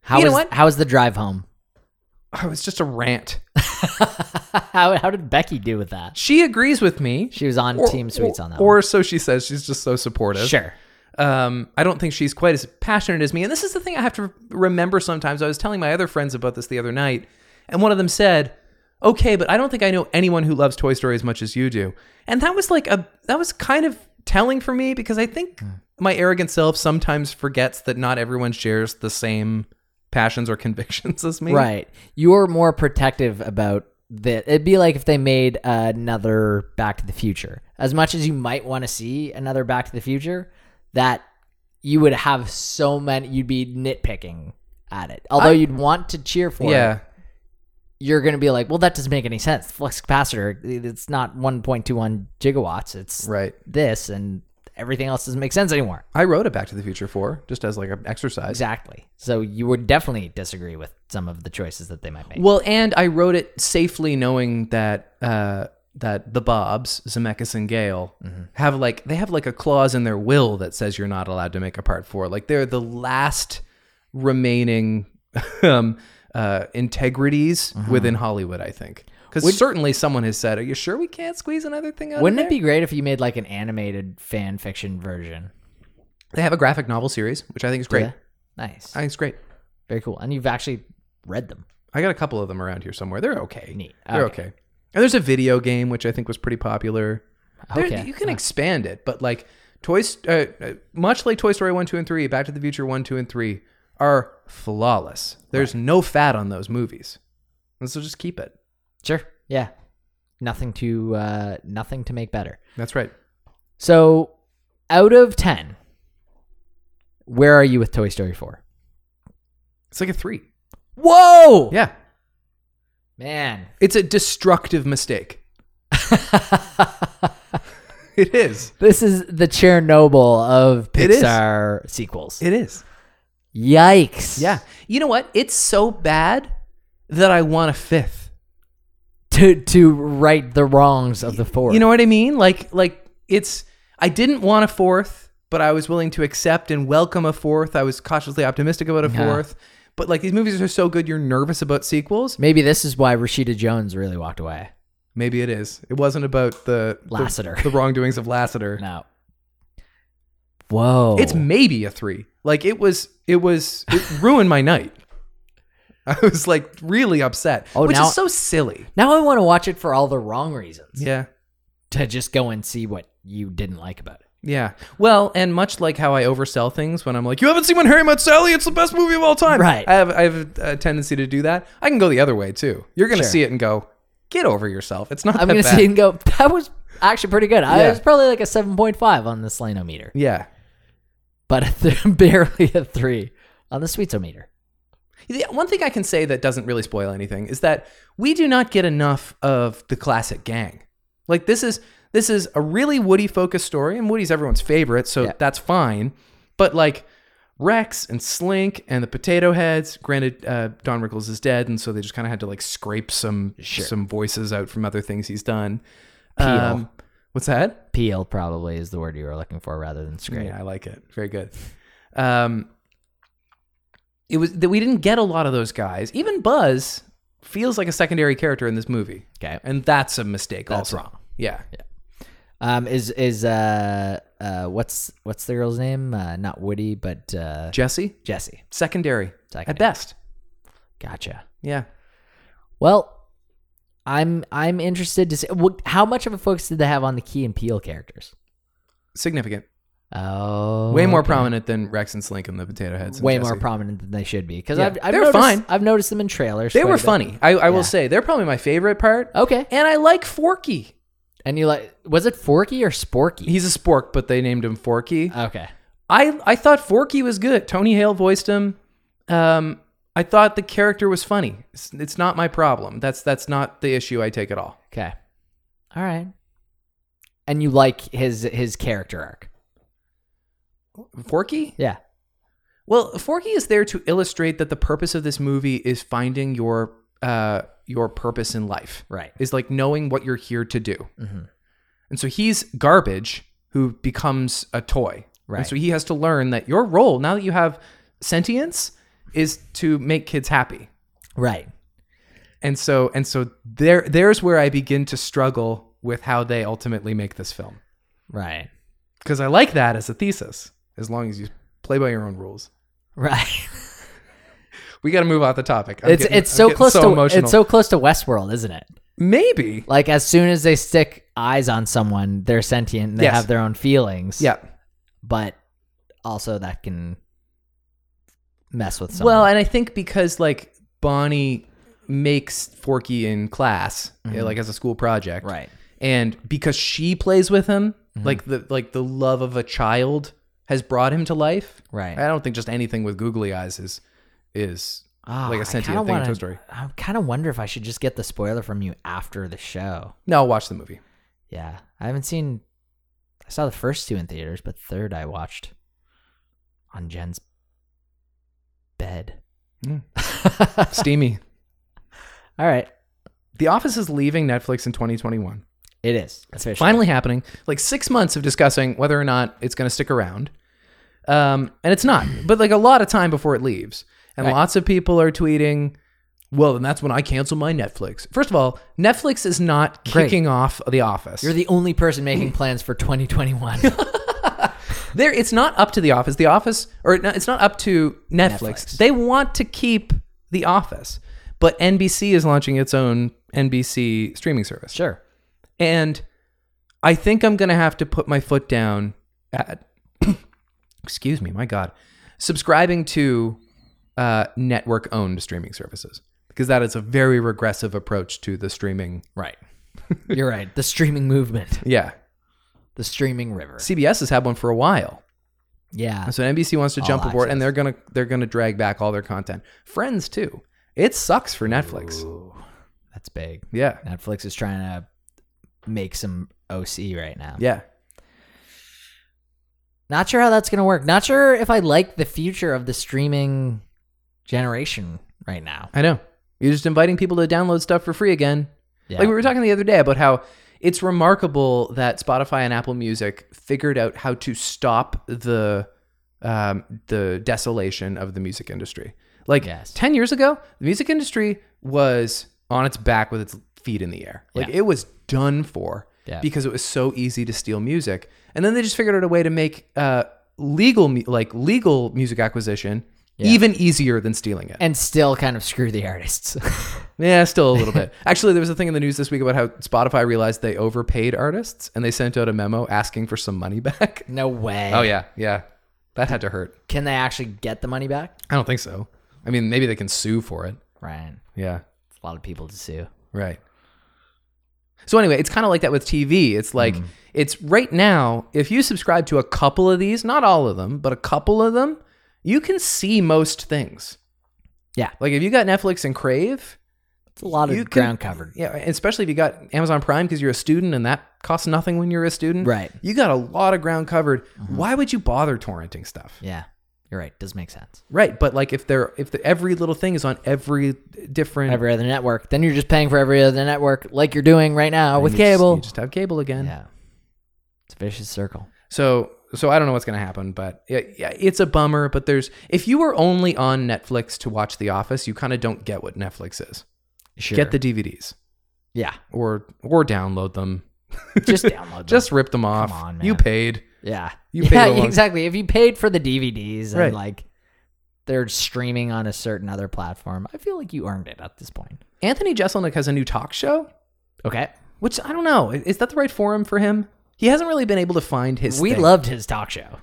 B: How
A: You know
B: was-
A: what?
B: how was the drive home?
A: I was just a rant.
B: how, how did Becky do with that?
A: She agrees with me.
B: She was on
A: Or-
B: Team Sweets on that
A: Or so she says. She's just so supportive.
B: one. Sure.
A: Um, I don't think she's quite as passionate as me. And this is the thing I have to remember sometimes. I was telling my other friends about this the other night, And one of them said, "Okay, but I don't think I know anyone who loves Toy Story as much as you do." And that was like a that was kind of telling for me because I think my arrogant self sometimes forgets that not everyone shares the same passions or convictions as me.
B: Right. You're more protective about that. It'd be like if they made another Back to the Future. As much as you might want to see another Back to the Future, that you would have so many, you'd be nitpicking at it. Although
A: I-
B: you'd want to cheer for
A: Yeah.
B: it, you're going to be like, well, that doesn't make any sense. Flux capacitor, it's not 1.21 gigawatts. It's
A: Right.
B: this, and everything else doesn't make sense anymore.
A: I wrote a Back to the Future 4 just as like an exercise.
B: Exactly. So you would definitely disagree with some of the choices that they might make.
A: Well, and I wrote it safely knowing that uh, that the Bobs, Zemeckis and Gale,
B: Mm-hmm.
A: have like they have like a clause in their will that says you're not allowed to make a part four. Like they're the last remaining um, uh, integrities
B: Mm-hmm.
A: within Hollywood, I think. Because certainly someone has said, "Are you sure we can't squeeze another thing out?"
B: Wouldn't
A: of
B: it be great if you made like an animated fan fiction version?
A: They have a graphic novel series, which I think is great.
B: Yeah. Nice.
A: I think it's great.
B: Very cool. And you've actually read them.
A: I got a couple of them around here somewhere. They're okay.
B: Neat.
A: They're
B: Okay.
A: okay. And there's a video game which I think was pretty popular. There-
B: Okay.
A: you can expand it, but like toys, uh, uh, much like Toy Story one, two, and three, Back to the Future one, two, and three are flawless. There's no fat on those movies, and so just keep it.
B: Sure. Yeah. Nothing to uh nothing to make better.
A: That's right.
B: So out of ten, where are you with Toy Story four?
A: It's like a three.
B: Whoa!
A: Yeah,
B: Man.
A: it's a destructive mistake. It is.
B: this is the Chernobyl of
A: It is.
B: Pixar sequels.
A: It is.
B: Yikes.
A: Yeah. You know what? It's so bad that I want a fifth.
B: To to right the wrongs of the four.
A: You know what I mean? Like like it's I didn't want a fourth, but I was willing to accept and welcome a fourth. I was cautiously optimistic about a
B: Yeah.
A: fourth. But like these movies are so good you're nervous about sequels.
B: Maybe this is why Rashida Jones really walked away.
A: Maybe it is. It wasn't about the the-
B: Lassiter.
A: The, wrongdoings of Lassiter.
B: No. Whoa.
A: It's maybe a three. Like it was it was it ruined my night. I was like really upset.
B: Oh,
A: which
B: now-
A: is so silly.
B: now I want to watch it for all the wrong reasons.
A: Yeah.
B: To just go and see what you didn't like about it.
A: Yeah. Well, and much like how I oversell things when I'm like, you haven't seen When Harry Met Sally, it's the best movie of all time.
B: Right.
A: I have I have a tendency to do that. I can go the other way too. You're gonna
B: Sure.
A: see it and go, get over yourself. It's not
B: I'm
A: that
B: gonna
A: bad.
B: see it and go, that was actually pretty good. I
A: Yeah.
B: was probably like a seven point five on the Slano meter.
A: yeah.
B: But a th- barely a three on the Sweetso meter.
A: The one thing I can say that doesn't really spoil anything is that we do not get enough of the classic gang. Like this is this is a really Woody focused story, and Woody's everyone's favorite, so
B: Yeah.
A: that's fine. But like Rex and Slink and the Potato Heads. Granted, uh, Don Rickles is dead, and so they just kind of had to like scrape some
B: Sure.
A: some voices out from other things he's done. Um,
B: Peel.
A: what's that?
B: Peel probably is the word you were looking for rather than scrape.
A: Yeah, I like it. Very good. Um, it was that we didn't get a lot of those guys. Even Buzz feels like a secondary character in this movie,
B: Okay.
A: and that's a mistake.
B: That's
A: also.
B: wrong.
A: Yeah.
B: Um is is uh uh what's what's the girl's name? Uh, not Woody, but uh
A: Jesse,
B: Jesse.
A: secondary,
B: Secondary.
A: at best.
B: Gotcha.
A: Yeah.
B: Well, I'm I'm interested to see what, how much of a focus did they have on the Key and Peel characters?
A: Significant.
B: Oh,
A: Way more
B: okay.
A: prominent than Rex and Slink and the Potato Heads. and
B: way
A: Jesse.
B: more prominent than they should be because
A: Yeah.
B: I've, I've
A: They were
B: noticed,
A: fine.
B: I've noticed them in trailers.
A: They
B: quite
A: were
B: a bit.
A: funny. I, I
B: Yeah.
A: will say they're probably my favorite part.
B: Okay,
A: And I like Forky.
B: and you like was it Forky or Sporky?
A: He's a spork, but they named him Forky.
B: okay,
A: I I thought Forky was good. Tony Hale voiced him. Um, I thought the character was funny. It's, it's not my problem. That's that's not the issue I take at all.
B: okay, all right. And you like his his character arc?
A: Forky?
B: Yeah,
A: Well, Forky is there to illustrate that the purpose of this movie is finding your uh your purpose in life.
B: right.
A: Is like knowing what you're here to do.
B: Mm-hmm.
A: And so he's garbage who becomes a toy.
B: Right.
A: And so he has to learn that your role now that you have sentience is to make kids happy.
B: Right.
A: and so and so there there's where I begin to struggle with how they ultimately make this film
B: Right.
A: because I like that as a thesis as long as you play by your own rules
B: Right.
A: We got to move off the topic. I'm
B: It's
A: getting-
B: it's
A: I'm
B: so
A: getting
B: close to
A: emotional.
B: it's so close to Westworld, isn't it?
A: maybe.
B: Like as soon as they stick eyes on someone, they're sentient. And they
A: Yes.
B: have their own feelings.
A: Yeah.
B: but also that can mess with someone.
A: Well, and I think because like Bonnie makes Forky in class, eh, like as a school project,
B: right.
A: and because she plays with him like the like the love of a child has brought him to life
B: Right.
A: i don't think just anything with googly eyes is is
B: Ah,
A: like
B: I
A: a sentient
B: kinda
A: thing in
B: wanna-
A: Toy Story.
B: I kind of wonder if I should just get the spoiler from you after the show.
A: no I'll watch the movie
B: Yeah, I haven't seen. I saw the first two in theaters, but third I watched on Jen's bed.
A: Mm. steamy
B: All right,
A: the office is leaving netflix in 2021
B: it is. That's very
A: finally happening like six months of discussing whether or not it's going to stick around um, and it's not but like a lot of time before it leaves and
B: Right.
A: lots of people are tweeting well then that's when i cancel my netflix first of all netflix is not
B: Great.
A: kicking off the office
B: You're the only person making plans for 2021.
A: There, it's not up to the office. The office, or no, it's not up to Netflix.
B: Netflix.
A: They want to keep the office, but NBC is launching its own NBC streaming service,
B: sure.
A: and I think I'm gonna have to put my foot down at. excuse me, my God, subscribing to uh, network-owned streaming services because that is a very regressive approach to the streaming.
B: Right. You're right. The streaming movement,
A: Yeah,
B: the streaming river.
A: CBS has had one for a while.
B: Yeah.
A: So NBC wants to
B: All
A: jump aboard,
B: access.
A: and they're gonna they're gonna drag back all their content. Friends too. It sucks for Netflix.
B: Ooh, that's big.
A: Yeah,
B: Netflix is trying to make some OC right now.
A: yeah.
B: Not sure how that's going to work. Not sure if I like the future of the streaming generation right now.
A: I know. You're just inviting people to download stuff for free again.
B: Yeah.
A: Like we were talking the other day about how it's remarkable that Spotify and Apple Music figured out how to stop the um, the desolation of the music industry. Like
B: Yes.
A: ten years ago, the music industry was on its back with its feet in the air. Like
B: Yeah.
A: it was done for
B: Yeah.
A: because it was so easy to steal music. And then they just figured out a way to make uh, legal mu- like legal music acquisition
B: Yeah.
A: even easier than stealing it.
B: and still kind of screw the artists.
A: Yeah, still a little bit. Actually, there was a thing in the news this week about how Spotify realized they overpaid artists and they sent out a memo asking for some money back.
B: no way.
A: Oh, yeah. Yeah. That had to hurt.
B: Can they actually get the money back?
A: I don't think so. I mean, maybe they can sue for it.
B: Ryan,
A: Yeah.
B: it's a lot of people to sue.
A: Right. So, anyway, it's kind of like that with TV. It's like, it's right now, if you subscribe to a couple of these, not all of them, but a couple of them, you can see most things.
B: Yeah.
A: Like if you got Netflix and Crave,
B: It's a lot of
A: You can-
B: ground covered.
A: Yeah, especially if you got Amazon Prime because you're a student and that costs nothing when you're a student.
B: Right.
A: You got a lot of ground covered. Why would you bother torrenting stuff?
B: Yeah. You're right. Does make sense.
A: Right, but like if they're if the, every little thing is on every different
B: Every other network. Then you're just paying for every other network like you're doing right now with
A: you just-
B: cable.
A: you just have oh, cable again.
B: yeah. It's a vicious circle.
A: So so I don't know what's going to happen, but it, yeah, it's a bummer, but there's if you were only on Netflix to watch The Office, you kind of don't get what Netflix is.
B: Sure.
A: Get the DVDs
B: Yeah.
A: or or download them.
B: Just download them.
A: Just rip them off.
B: on,
A: You
B: man.
A: paid.
B: Yeah.
A: You
B: yeah,
A: paid a long-
B: exactly. If you paid for the DVDs
A: Right.
B: and like they're streaming on a certain other platform, I feel like you earned it at this point.
A: Anthony Jeselnik has a new talk show.
B: Okay.
A: Which I don't know. Is that the right forum for him? He hasn't really been able to find his.
B: we
A: thing.
B: loved his talk show.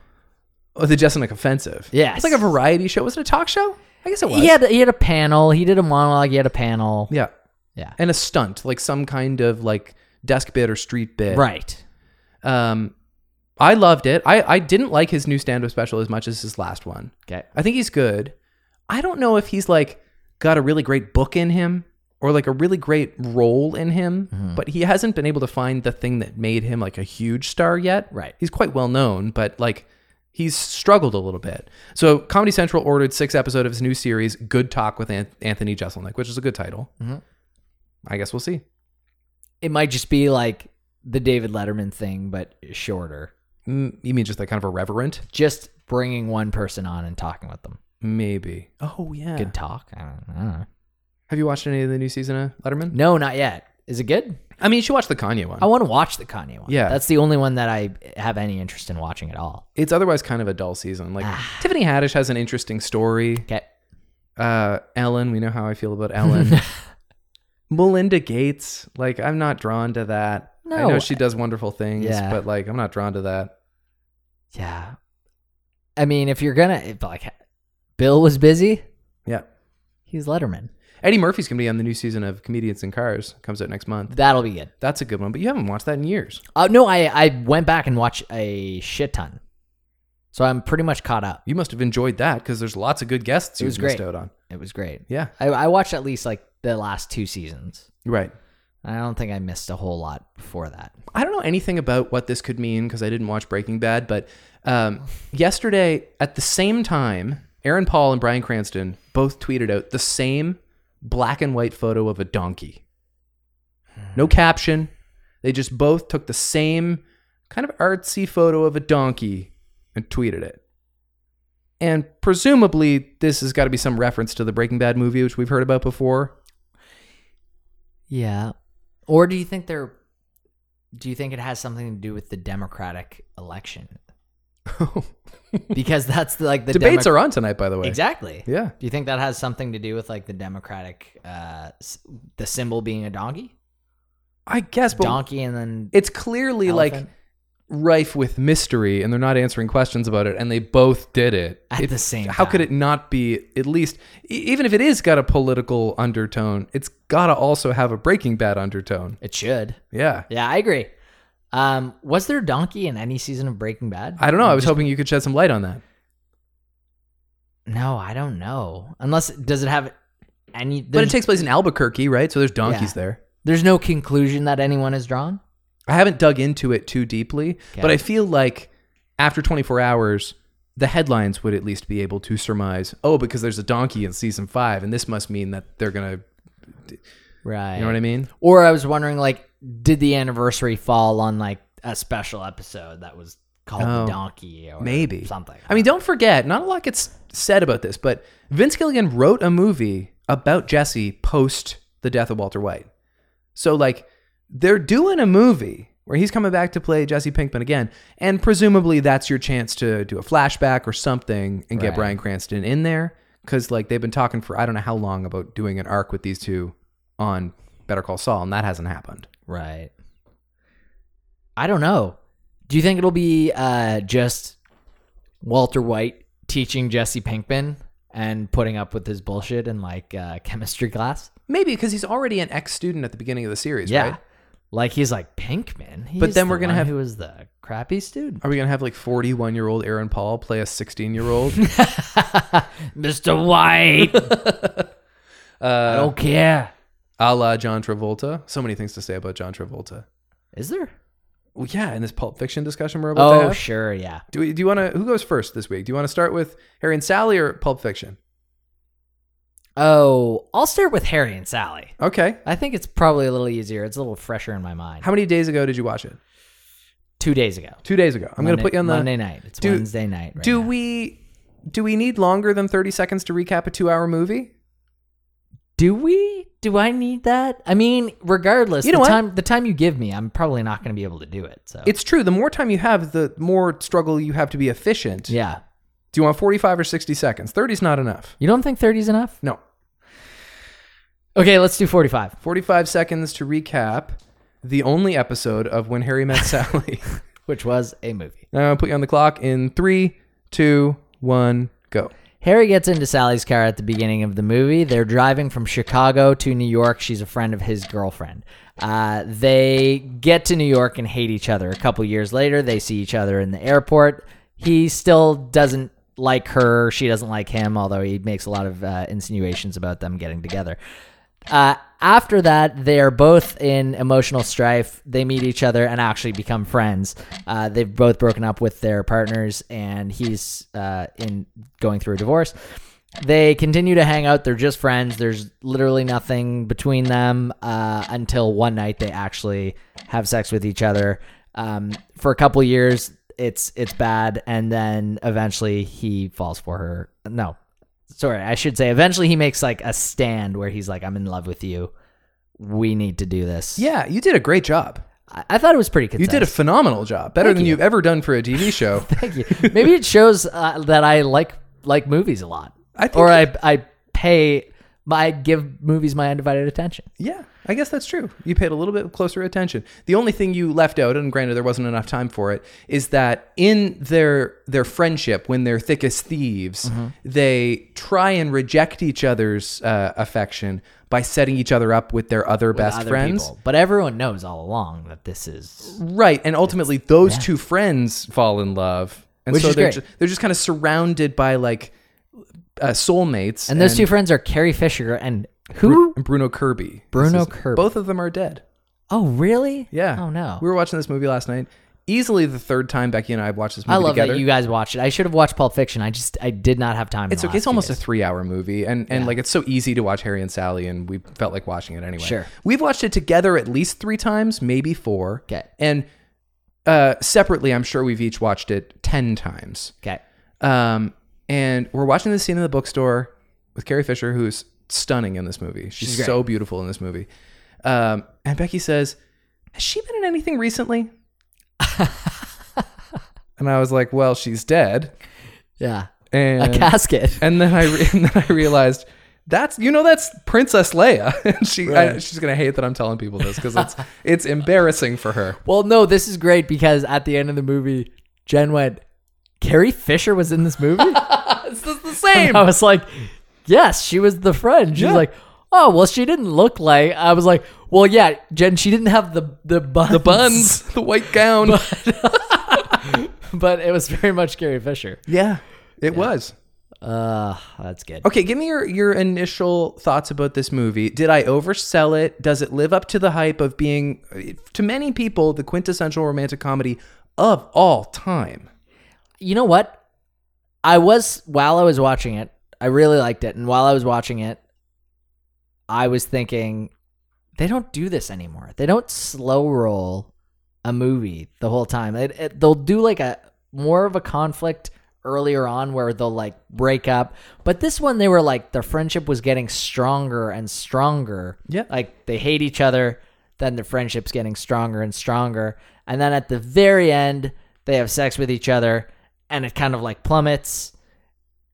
A: oh, the Jeselnik Offensive.
B: Yes.
A: it's like a variety show. Was it a talk show? I guess it was.
B: He had, he had a panel. He did a monologue. He had a panel.
A: yeah,
B: Yeah.
A: and a stunt, like some kind of like desk bit or street bit.
B: Right.
A: Um, I loved it. I I didn't like his new stand-up special as much as his last one.
B: Okay.
A: I think he's good. I don't know if he's like got a really great book in him or like a really great role in him,
B: Mm-hmm.
A: but he hasn't been able to find the thing that made him like a huge star yet.
B: Right.
A: He's quite well known, but like he's struggled a little bit. So Comedy Central ordered six episodes of his new series, Good Talk with An- Anthony Jeselnik, which is a good title.
B: Mhm.
A: I guess we'll see.
B: It might just be like the David Letterman thing, but shorter.
A: Mm, you mean just like kind of irreverent?
B: Just bringing one person on and talking with them.
A: Maybe. Oh, yeah.
B: Good talk. I don't, I don't know.
A: Have you watched any of the new season of Letterman?
B: No, not yet. Is it good?
A: I mean, you should watch the Kanye one.
B: I want to watch the Kanye one.
A: Yeah.
B: That's the only one that I have any interest in watching at all.
A: it's otherwise kind of a dull season. Like Tiffany Haddish has an interesting story.
B: Okay.
A: uh, Ellen. We know how I feel about Ellen. Melinda Gates. Like, I'm not drawn to that. I know
B: No.
A: she does wonderful things,
B: Yeah.
A: but like, I'm not drawn to that.
B: Yeah. I mean, if you're gonna if, like, Bill was busy.
A: Yeah.
B: He's Letterman.
A: Eddie Murphy's gonna be on the new season of Comedians in Cars. Comes out next month.
B: That'll be good.
A: That's a good one, but you haven't watched that in years.
B: Uh, no, I I went back and watched a shit ton, so I'm pretty much caught up.
A: You must have enjoyed that because there's lots of good guests
B: It
A: you
B: was
A: missed
B: great.
A: out on.
B: It was great.
A: Yeah,
B: I, I watched at least like the last two seasons.
A: right.
B: I don't think I missed a whole lot before that.
A: I don't know anything about what this could mean because I didn't watch Breaking Bad, but um, yesterday at the same time, Aaron Paul and Brian Cranston both tweeted out the same black and white photo of a donkey. No
B: Hmm.
A: caption. They just both took the same kind of artsy photo of a donkey and tweeted it. And presumably, this has got to be some reference to the Breaking Bad movie, which we've heard about before.
B: Yeah. Or do you think they're? Do you think it has something to do with the Democratic election? Because that's the, like the
A: Debates
B: Demo-
A: are on tonight, by the way.
B: exactly.
A: Yeah.
B: Do you think that has something to do with like the Democratic, uh, s- the symbol being a donkey,
A: I guess, but
B: donkey, and then
A: it's clearly like
B: Elephant?
A: rife with mystery and they're not answering questions about it and they both did it
B: At
A: It-
B: the same
A: how could
B: time.
A: it not be at least e- even if it is got a political undertone it's gotta also have a breaking bad undertone
B: it should.
A: yeah
B: Yeah, I agree. Um, was there a donkey in any season of Breaking Bad?
A: i don't know i was hoping you could shed some light on that
B: No, I don't know. Unless does it have any?
A: but it
B: There's,
A: takes place in albuquerque right so there's donkeys
B: Yeah.
A: there
B: there's no conclusion that anyone has drawn.
A: i haven't dug into it too deeply
B: Okay.
A: but i feel like after 24 hours the headlines would at least be able to surmise oh because there's a donkey in season five and this must mean that they're gonna
B: Right.
A: you know what i mean
B: Or I was wondering, like, did the anniversary fall on like a special episode that was called
A: Oh.
B: the Donkey or
A: Maybe.
B: something?
A: I mean, don't forget, not a lot gets said about this, but Vince Gilligan wrote a movie about Jesse post the death of Walter White. So, like, they're doing a movie where he's coming back to play Jesse Pinkman again. And presumably that's your chance to do a flashback or something and get
B: Right.
A: Brian Cranston in there. Cause, like, they've been talking for I don't know how long about doing an arc with these two on Better Call Saul, and that hasn't happened.
B: right. I don't know. Do you think it'll be uh, just Walter White teaching Jesse Pinkman and putting up with his bullshit in like uh, chemistry class?
A: Maybe because he's already an ex student at the beginning of the series,
B: yeah.
A: right?
B: Like he's like Pinkman. He's
A: then we're
B: the
A: gonna
B: one
A: have-
B: who was the crappy student,
A: Are we going to have like 41 year old Aaron Paul play a 16 year old?
B: Mr. White. I don't care.
A: Uh, a la John Travolta. So many things to say about John Travolta.
B: Is there?
A: Well, yeah, in this Pulp Fiction discussion we're about to
B: Oh,
A: have.
B: sure, yeah.
A: do, we, do you want to? Who goes first this week? Do you want to start with Harry and Sally or Pulp Fiction?
B: Oh, I'll start with Harry and Sally.
A: Okay.
B: I think it's probably a little easier. It's a little fresher in my mind.
A: How many days ago did you watch it?
B: Two days ago.
A: Two days ago. I'm going to
B: Monday-
A: put you on the.
B: Monday night. It's
A: Do-
B: Wednesday night. Right
A: do
B: now.
A: we? Do we need longer than 30 seconds to recap a two-hour movie?
B: Do we? Do I need that? I mean, regardless,
A: You know
B: the
A: what?
B: time the time you give me, I'm probably not going to be able to do it. So
A: It's true. The more time you have, the more struggle you have to be efficient.
B: yeah.
A: Do you want 45 or 60 seconds? 30 is not enough.
B: You don't think 30 is enough?
A: No.
B: Okay, let's do 45.
A: 45 seconds to recap the only episode of When Harry Met Sally.
B: which was a movie.
A: Now I'll put you on the clock in three, two, one, go.
B: Harry gets into Sally's car at the beginning of the movie. They're driving from Chicago to New York. She's a friend of his girlfriend. Uh, they get to New York and hate each other. A couple years later, they see each other in the airport. He still doesn't like her. She doesn't like him, although he makes a lot of uh, insinuations about them getting together. Uh, after that, they are both in emotional strife. They meet each other and actually become friends. Uh, they've both broken up with their partners, and he's uh, in going through a divorce. They continue to hang out. They're just friends. There's literally nothing between them uh, until one night they actually have sex with each other. Um, for a couple years, it's it's bad, and then eventually he falls for her. No, sorry, I should say eventually he makes like a stand where he's like, I'm in love with you. We need to do this.
A: Yeah, you did a great job.
B: I, I thought it was pretty
A: You
B: concise.
A: did a phenomenal job, better than you. have ever done for a TV show.
B: Thank you. Maybe it shows uh, that I like like movies a lot.
A: I think
B: or
A: it-
B: I I pay my give movies my undivided attention.
A: Yeah, I guess that's true. You paid a little bit closer attention. The only thing you left out, and granted there wasn't enough time for it, is that in their their friendship, when they're thick as thieves, they try and reject each other's uh, affection by setting each other up with their other best
B: other
A: friends.
B: people. But everyone knows all along that this is
A: Right, and ultimately those two friends fall in love, and
B: Which
A: so
B: is
A: they're
B: great.
A: ju- they're just kind of surrounded by like uh, soulmates.
B: and those two friends are Carrie Fisher and who?
A: and Bruno Kirby.
B: Bruno
A: This
B: Kirby.
A: Both of them are dead.
B: Oh, really?
A: Yeah.
B: Oh no.
A: We were watching this movie last night. Easily the third time Becky and I have watched this movie
B: I love
A: together.
B: that you guys watched it. I should have watched Pulp Fiction. I just I did not have time. in
A: it's
B: the
A: okay. It's
B: last few
A: almost a
B: days.
A: three-hour movie, and and like it's so easy to watch Harry and Sally, and we felt like watching it anyway.
B: Sure.
A: We've watched it together at least three times, maybe four.
B: Okay.
A: And uh, separately, I'm sure we've each watched it ten times.
B: okay.
A: Um, and we're watching this scene in the bookstore with Carrie Fisher, who's stunning in this movie. She's,
B: great.
A: so beautiful in this movie. Um, and Becky says, "Has she been in anything recently?" and I was like, "Well, she's dead."
B: Yeah. A
A: And
B: casket.
A: and then I re- and then I realized that's you know that's Princess Leia, and she I, she's gonna hate that I'm telling people this because it's it's embarrassing for her.
B: Well, no, this is great because at the end of the movie, Jen went, Carrie Fisher was in this movie?
A: It's the
B: And I was like, yes, she was the friend. She's
A: Yeah.
B: like, oh, well, she didn't look like. I was like, well, yeah, Jen, she didn't have the, the buns. The
A: buns, the white gown.
B: But it was very much Carrie Fisher.
A: yeah, it was.
B: Uh, that's good.
A: Okay, give me your, your initial thoughts about this movie. Did I oversell it? Does it live up to the hype of being, to many people, the quintessential romantic comedy of all time?
B: you know what? I was while I was watching it, I really liked it, and while I was watching it, I was thinking, they don't do this anymore. They don't slow roll a movie the whole time. It, it, they'll do like a more of a conflict earlier on where they'll like break up, but this one they were like their friendship was getting stronger and stronger.
A: Yeah.
B: like they hate each other, then their friendship's getting stronger and stronger, and then at the very end they have sex with each other, and it kind of like plummets,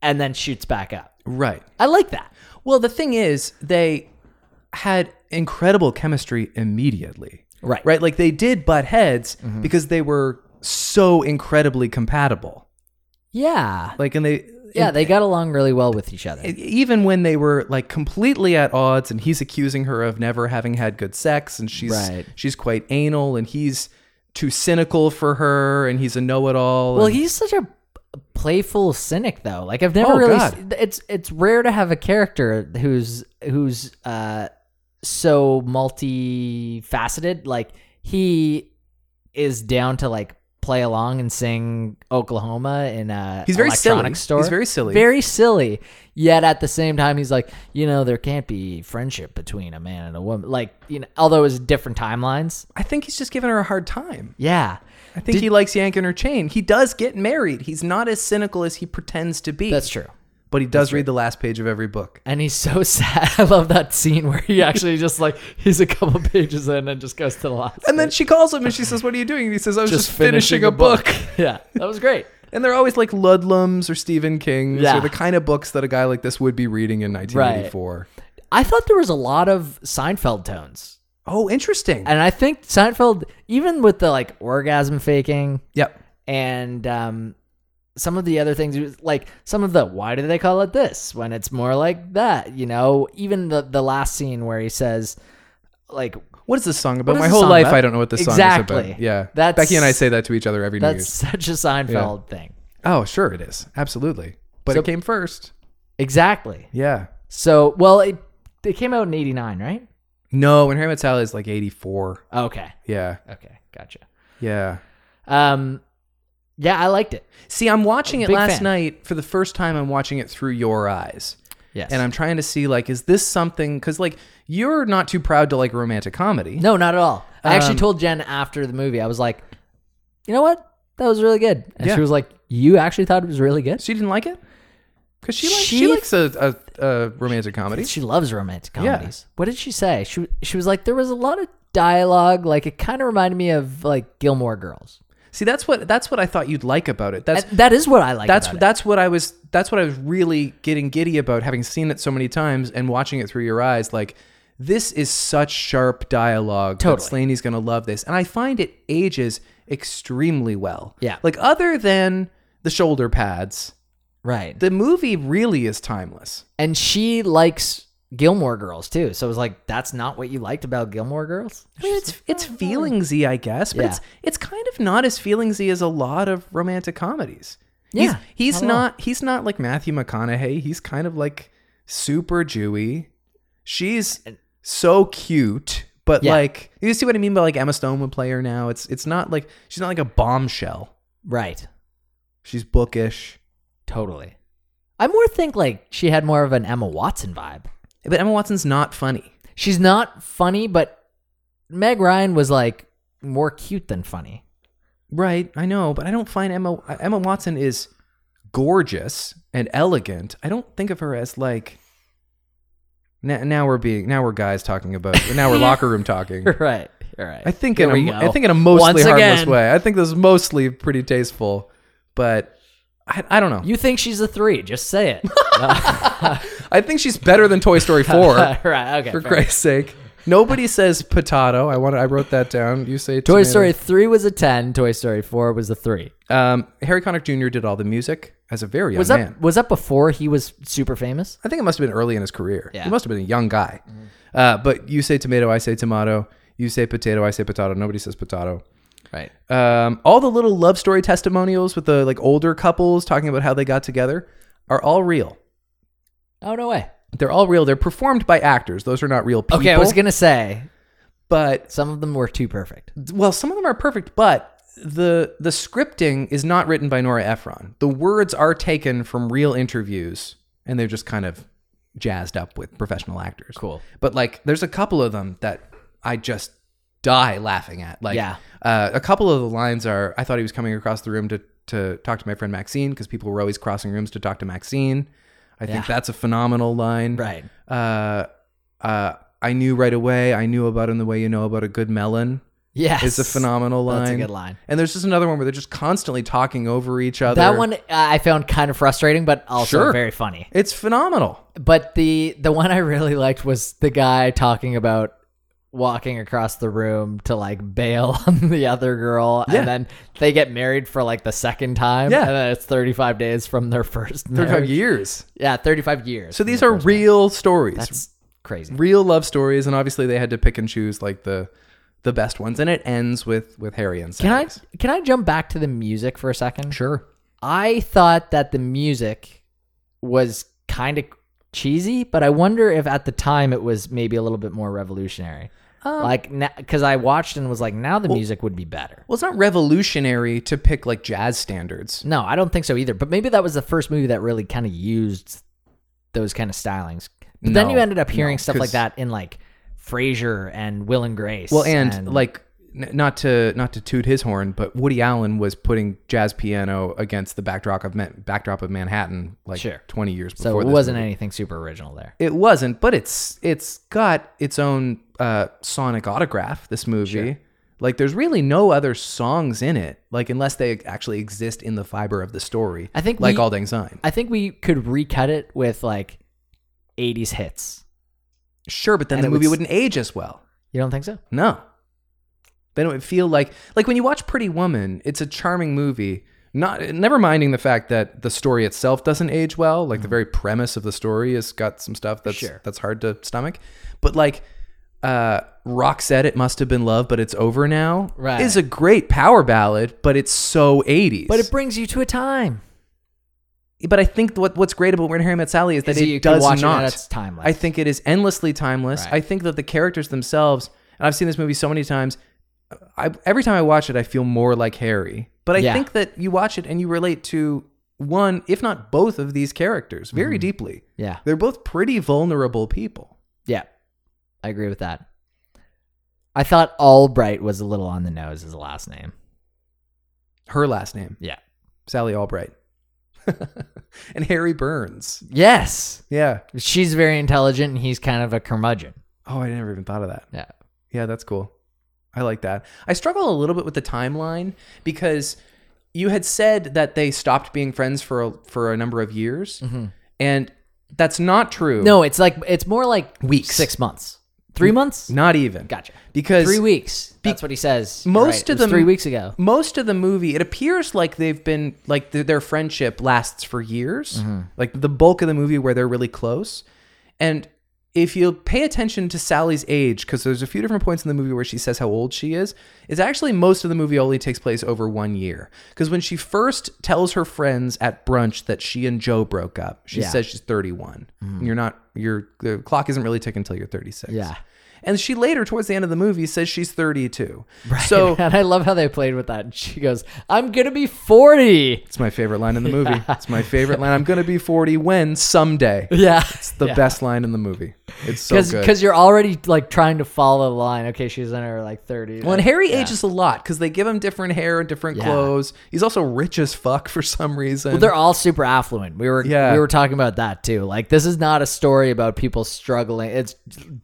B: and then shoots back up.
A: Right.
B: I like that.
A: Well, the thing is, they had incredible chemistry immediately.
B: Right. Mm-hmm.
A: Right? Like they did butt heads because they were so incredibly compatible.
B: Yeah.
A: Like, and they.
B: Yeah, they got along really well with each other.
A: even when they were like completely at odds and he's accusing her of never having had good sex and she's
B: Right.
A: she's quite anal and he's too cynical for her and he's a know-it-all
B: Well,
A: and-
B: he's such a playful cynic though. Like I've never
A: Oh,
B: really
A: God.
B: it's it's rare to have a character who's who's uh so multifaceted. Like he is down to like play along and sing Oklahoma in a
A: He's very silly.
B: electronic store.
A: He's very silly.
B: Very silly. Yet at the same time he's like, you know, there can't be friendship between a man and a woman. Like, you know, although it's different timelines.
A: I think he's just giving her a hard time.
B: Yeah.
A: I think he likes yanking her chain. He does get married. He's not as cynical as he pretends to be.
B: That's true.
A: But he does read the last page of every book.
B: and he's so sad. I love that scene where he actually just like he's a couple pages in and just goes to the last.
A: And then she calls him and she says, "What are you doing?" And he says, "I was just, finishing, a book."
B: yeah, that was great.
A: And they're always like Ludlums or Stephen King's
B: Yeah.
A: or the kind of books that a guy like this would be reading in 1984.
B: I thought there was a lot of Seinfeld tones,
A: Oh, interesting.
B: and I think Seinfeld, even with the like orgasm faking
A: yep.
B: and um, some of the other things, it was, like some of the why do they call it this when it's more like that, you know? Even the the last scene where he says, like
A: What is this song about?
B: is
A: My
B: this
A: whole
B: song
A: life,
B: about?
A: I don't know what this song is
B: Exactly.
A: about. Yeah,
B: That's-
A: Becky and I say that to each other every New
B: that's
A: Year's.
B: such a Seinfeld thing.
A: Oh, sure, it is absolutely, but
B: So-
A: it came first.
B: Exactly.
A: Yeah.
B: So, well, it it came out in '89, right?
A: No, and Harry Met Sally is like '84.
B: Okay,
A: Yeah,
B: okay, gotcha.
A: yeah.
B: Um, yeah, I liked it.
A: See, I'm watching it
B: Big
A: last
B: fan.
A: night for the first time. I'm watching it through your eyes.
B: Yes,
A: And I'm trying to see like, is this something? Because like, you're not too proud to like romantic comedy.
B: no, not at all. I actually
A: Um,
B: told Jen after the movie, I was like, you know what, that was really good, and
A: Yeah.
B: she was like, you actually thought it was really good.
A: she didn't like it because she likes, she,
B: She-
A: likes a, a, a romantic comedy.
B: She loves romantic comedies. What did she say? She she was like, there was a lot of dialogue, like it kind of reminded me of like Gilmore Girls.
A: See, that's what that's what I thought you'd like about it. That's
B: And that is what I like.
A: that's
B: about it.
A: that's what I was that's what I was really getting giddy about having seen it so many times and watching it through your eyes like this is such sharp dialogue
B: Totally.
A: that Slaney's going to love this and I find it ages extremely well.
B: Yeah.
A: Like other than the shoulder pads,
B: right.
A: the movie really is timeless.
B: and she likes Gilmore Girls too. So it was like, that's not what you liked about Gilmore Girls.
A: I mean, it's oh, it's feelingsy, I guess, but
B: oh, Yeah.
A: it's it's kind of not as feelingsy as a lot of romantic comedies. He's-
B: Yeah,
A: he's,
B: not at all.
A: not he's not like Matthew McConaughey. He's kind of like super Jewy. She's so cute, but
B: Yeah.
A: like you see what I mean by like Emma Stone would play her now. It's it's not like she's not like a bombshell.
B: Right.
A: She's bookish,
B: Totally. I more think like she had more of an Emma Watson vibe.
A: but Emma Watson's not funny.
B: She's not funny, but Meg Ryan was like more cute than funny.
A: Right, I know, but I don't find Emma Emma Watson is gorgeous and elegant. I don't think of her as like. Now, now we're being now we're guys talking about now we're locker room talking.
B: right. All right.
A: I think in
B: Here we
A: a,
B: go.
A: I think in a mostly
B: Once
A: harmless
B: again.
A: way. I think this is mostly pretty tasteful, but I, I don't know.
B: You think she's a three? Just say it.
A: I think she's better than Toy Story Four.
B: right. Okay.
A: for
B: fair.
A: Christ's sake, nobody says potato. I want I wrote that down. You say
B: Toy
A: tomato.
B: Story three was a ten. Toy Story four was a three.
A: Um, Harry Connick Jr. did all the music as a very young
B: Was
A: Oh, man.
B: that was that before he was super famous?
A: I think it must have been early in his career.
B: Yeah. Mm-hmm.
A: He must have been a young guy. Uh, but you say tomato, I say tomato. You say potato, I say potato. Nobody says potato.
B: Right.
A: Um, all the little love story testimonials with the like older couples talking about how they got together are all real.
B: Oh no way.
A: They're all real. They're performed by actors. Those are not real people.
B: Okay, I was gonna say
A: but
B: some of them were too perfect.
A: well, some of them are perfect, but the the scripting is not written by Nora Ephron. The words are taken from real interviews, and they're just kind of jazzed up with professional actors.
B: Cool.
A: But like, there's a couple of them that I just die laughing at. Like,
B: Yeah.
A: uh, a couple of the lines are, I thought he was coming across the room to to talk to my friend Maxine because people were always crossing rooms to talk to Maxine. I think
B: Yeah.
A: that's a phenomenal line.
B: Right.
A: Uh, uh, I knew right away. I knew about him the way you know about a good melon.
B: Yes.
A: It's a phenomenal line.
B: That's a good line.
A: And there's just another one where they're just constantly talking over each other.
B: That one uh, I found kind of frustrating, but also
A: Sure.
B: very funny.
A: It's phenomenal.
B: But the the one I really liked was the guy talking about walking across the room to like bail on the other girl,
A: Yeah.
B: and then they get married for like the second time,
A: Yeah.
B: and then it's thirty five days from their first marriage.
A: 35 years.
B: Yeah, thirty five years.
A: So
B: from
A: these
B: their
A: are
B: first marriage.
A: real stories.
B: That's crazy.
A: real love stories and obviously they had to pick and choose like the the best ones and it ends with with harry and
B: Can I
A: Sally.
B: can I jump back to the music for a second?
A: sure
B: I thought that the music was kind of cheesy, but I wonder if at the time it was maybe a little bit more revolutionary. like, because I watched and was like, now the music would be better.
A: well it's not revolutionary to pick like jazz standards
B: No, I don't think so either. But maybe that was the first movie that really kind of used those kind of stylings. But then
A: No,
B: you ended up
A: no,
B: hearing stuff
A: 'cause-
B: like that in like Frasier and Will and Grace.
A: well and, like n- not to not to toot his horn but woody allen was putting jazz piano against the backdrop of Man- backdrop of manhattan like
B: Sure.
A: 20 years before
B: so it
A: this
B: wasn't
A: movie.
B: anything super original there.
A: it wasn't but it's it's got its own uh sonic autograph this movie like there's really no other songs in it like unless they actually exist in the fiber of the story
B: I think
A: like
B: we-
A: Alding Syne.
B: I think we could recut it with like 80s hits.
A: Sure, but then
B: And
A: the
B: it
A: movie
B: would
A: would... not age as well.
B: You don't think so?
A: No. Then it would feel like like when you watch Pretty Woman, it's a charming movie. Not never minding the fact that the story itself doesn't age well. Like the very premise of the story has got some stuff that's
B: Mm-hmm. Sure.
A: that's hard to stomach. But like uh Rock said it must have been love, but it's over now.
B: Right.
A: Is a great power ballad, but it's so 80s.
B: But it brings you to a time.
A: but I think what what's great about When Harry Met Sally is that
B: Is
A: it
B: you can
A: does
B: watch it
A: not.
B: and it's timeless.
A: I think it is endlessly timeless.
B: Right.
A: I think that the characters themselves, and I've seen this movie so many times. I, every time I watch it, I feel more like Harry. But I
B: Yeah.
A: think that you watch it and you relate to one, if not both, of these characters very
B: Mm-hmm.
A: deeply.
B: Yeah.
A: They're both pretty vulnerable people.
B: Yeah. I agree with that. I thought Albright was a little on the nose as a last name.
A: Her last name,
B: Yeah.
A: Sally Albright, and Harry Burns.
B: Yes.
A: Yeah.
B: She's very intelligent and he's kind of a curmudgeon.
A: Oh, I never even thought of that.
B: Yeah.
A: Yeah, that's cool. I like that. I struggle a little bit with the timeline because you had said that they stopped being friends for a, for a number of years, and that's not true.
B: Mm-hmm. No, it's like it's more like
A: Weeks.
B: six months, three months.
A: not even.
B: Gotcha.
A: Because
B: Three weeks. That's what he says. You're
A: most
B: right. It
A: of
B: was
A: them-
B: three weeks ago.
A: most of the movie it appears like they've been like th- their friendship lasts for years
B: Mm-hmm.
A: like the bulk of the movie where they're really close and if you pay attention to sally's age because there's a few different points in the movie where she says how old she is it's actually most of the movie only takes place over one year because when she first tells her friends at brunch that she and joe broke up she
B: Yeah. Mm-hmm.
A: says she's 31 you're not your the clock isn't really ticking until you're 36
B: Yeah.
A: and she later towards the end of the movie says she's 32 right so
B: and I love how they played with that. She goes, "I'm gonna be 40."
A: It's my favorite line in the movie. It's my favorite line. I'm gonna be 40 when someday.
B: Yeah,
A: It's the best line in the movie. It's so good.
B: because you're already like trying to follow the line. Okay, she's in her like 30s.
A: Well, and Harry ages a lot because they give him different hair and different
B: Yeah.
A: clothes. He's also rich as fuck for some reason.
B: Well, they're all super affluent. We were
A: Yeah.
B: we were talking about that too. Like this is not a story about people struggling. It's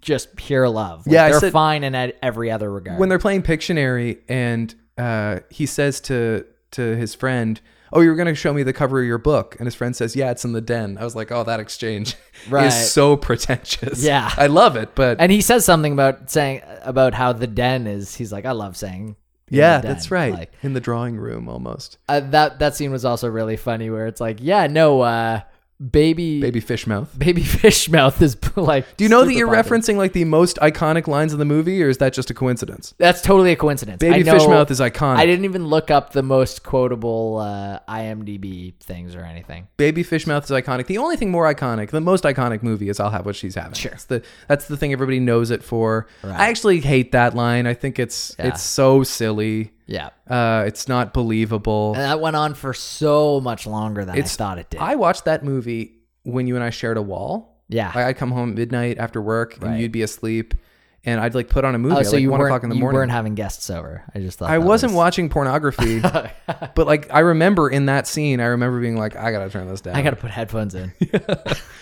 B: just pure love. Like,
A: Yeah, I
B: they're
A: said-
B: fine in e- every other regard.
A: when they're playing Pictionary, and uh, he says to to his friend, "Oh, you were gonna show me the cover of your book," and his friend says, "Yeah, it's in the den." I was like, "Oh, that exchange
B: Right.
A: is so pretentious."
B: Yeah.
A: I love it, but
B: and he says something about saying about how the den is. He's like, I love saying. in
A: yeah,
B: the den."
A: that's right.
B: Like,
A: in the drawing room, almost
B: uh, that that scene was also really funny, where it's like, yeah, no, uh, baby,
A: baby fish mouth.
B: baby fish mouth is like.
A: Do you know that you're referencing like the most iconic lines in the movie, or is that just a coincidence?
B: That's totally a coincidence. I
A: Baby
B: know-
A: Fishmouth is iconic.
B: I didn't even look up the most quotable uh, IMDb things or anything.
A: Baby Fishmouth is iconic. The only thing more iconic, the most iconic movie is "I'll Have What She's Having."
B: Sure.
A: It's the, that's the thing everybody knows it for. I actually hate that line. I think it's
B: Yeah.
A: it's so silly.
B: Yeah.
A: Uh, it's not believable.
B: And that went on for so much longer than
A: It's-
B: I thought it did.
A: I watched that movie when you and I shared a wall.
B: yeah.
A: Like, I'd come home at midnight after work, and
B: Right.
A: you'd be asleep, and I'd like put on a movie
B: oh,
A: at
B: so
A: like
B: you
A: one
B: weren't
A: o'clock in the
B: you
A: morning.
B: weren't having guests over. I just thought
A: I
B: that
A: wasn't
B: was-
A: watching pornography, but like I remember in that scene, I remember being like, I gotta turn this down.
B: I gotta put headphones in.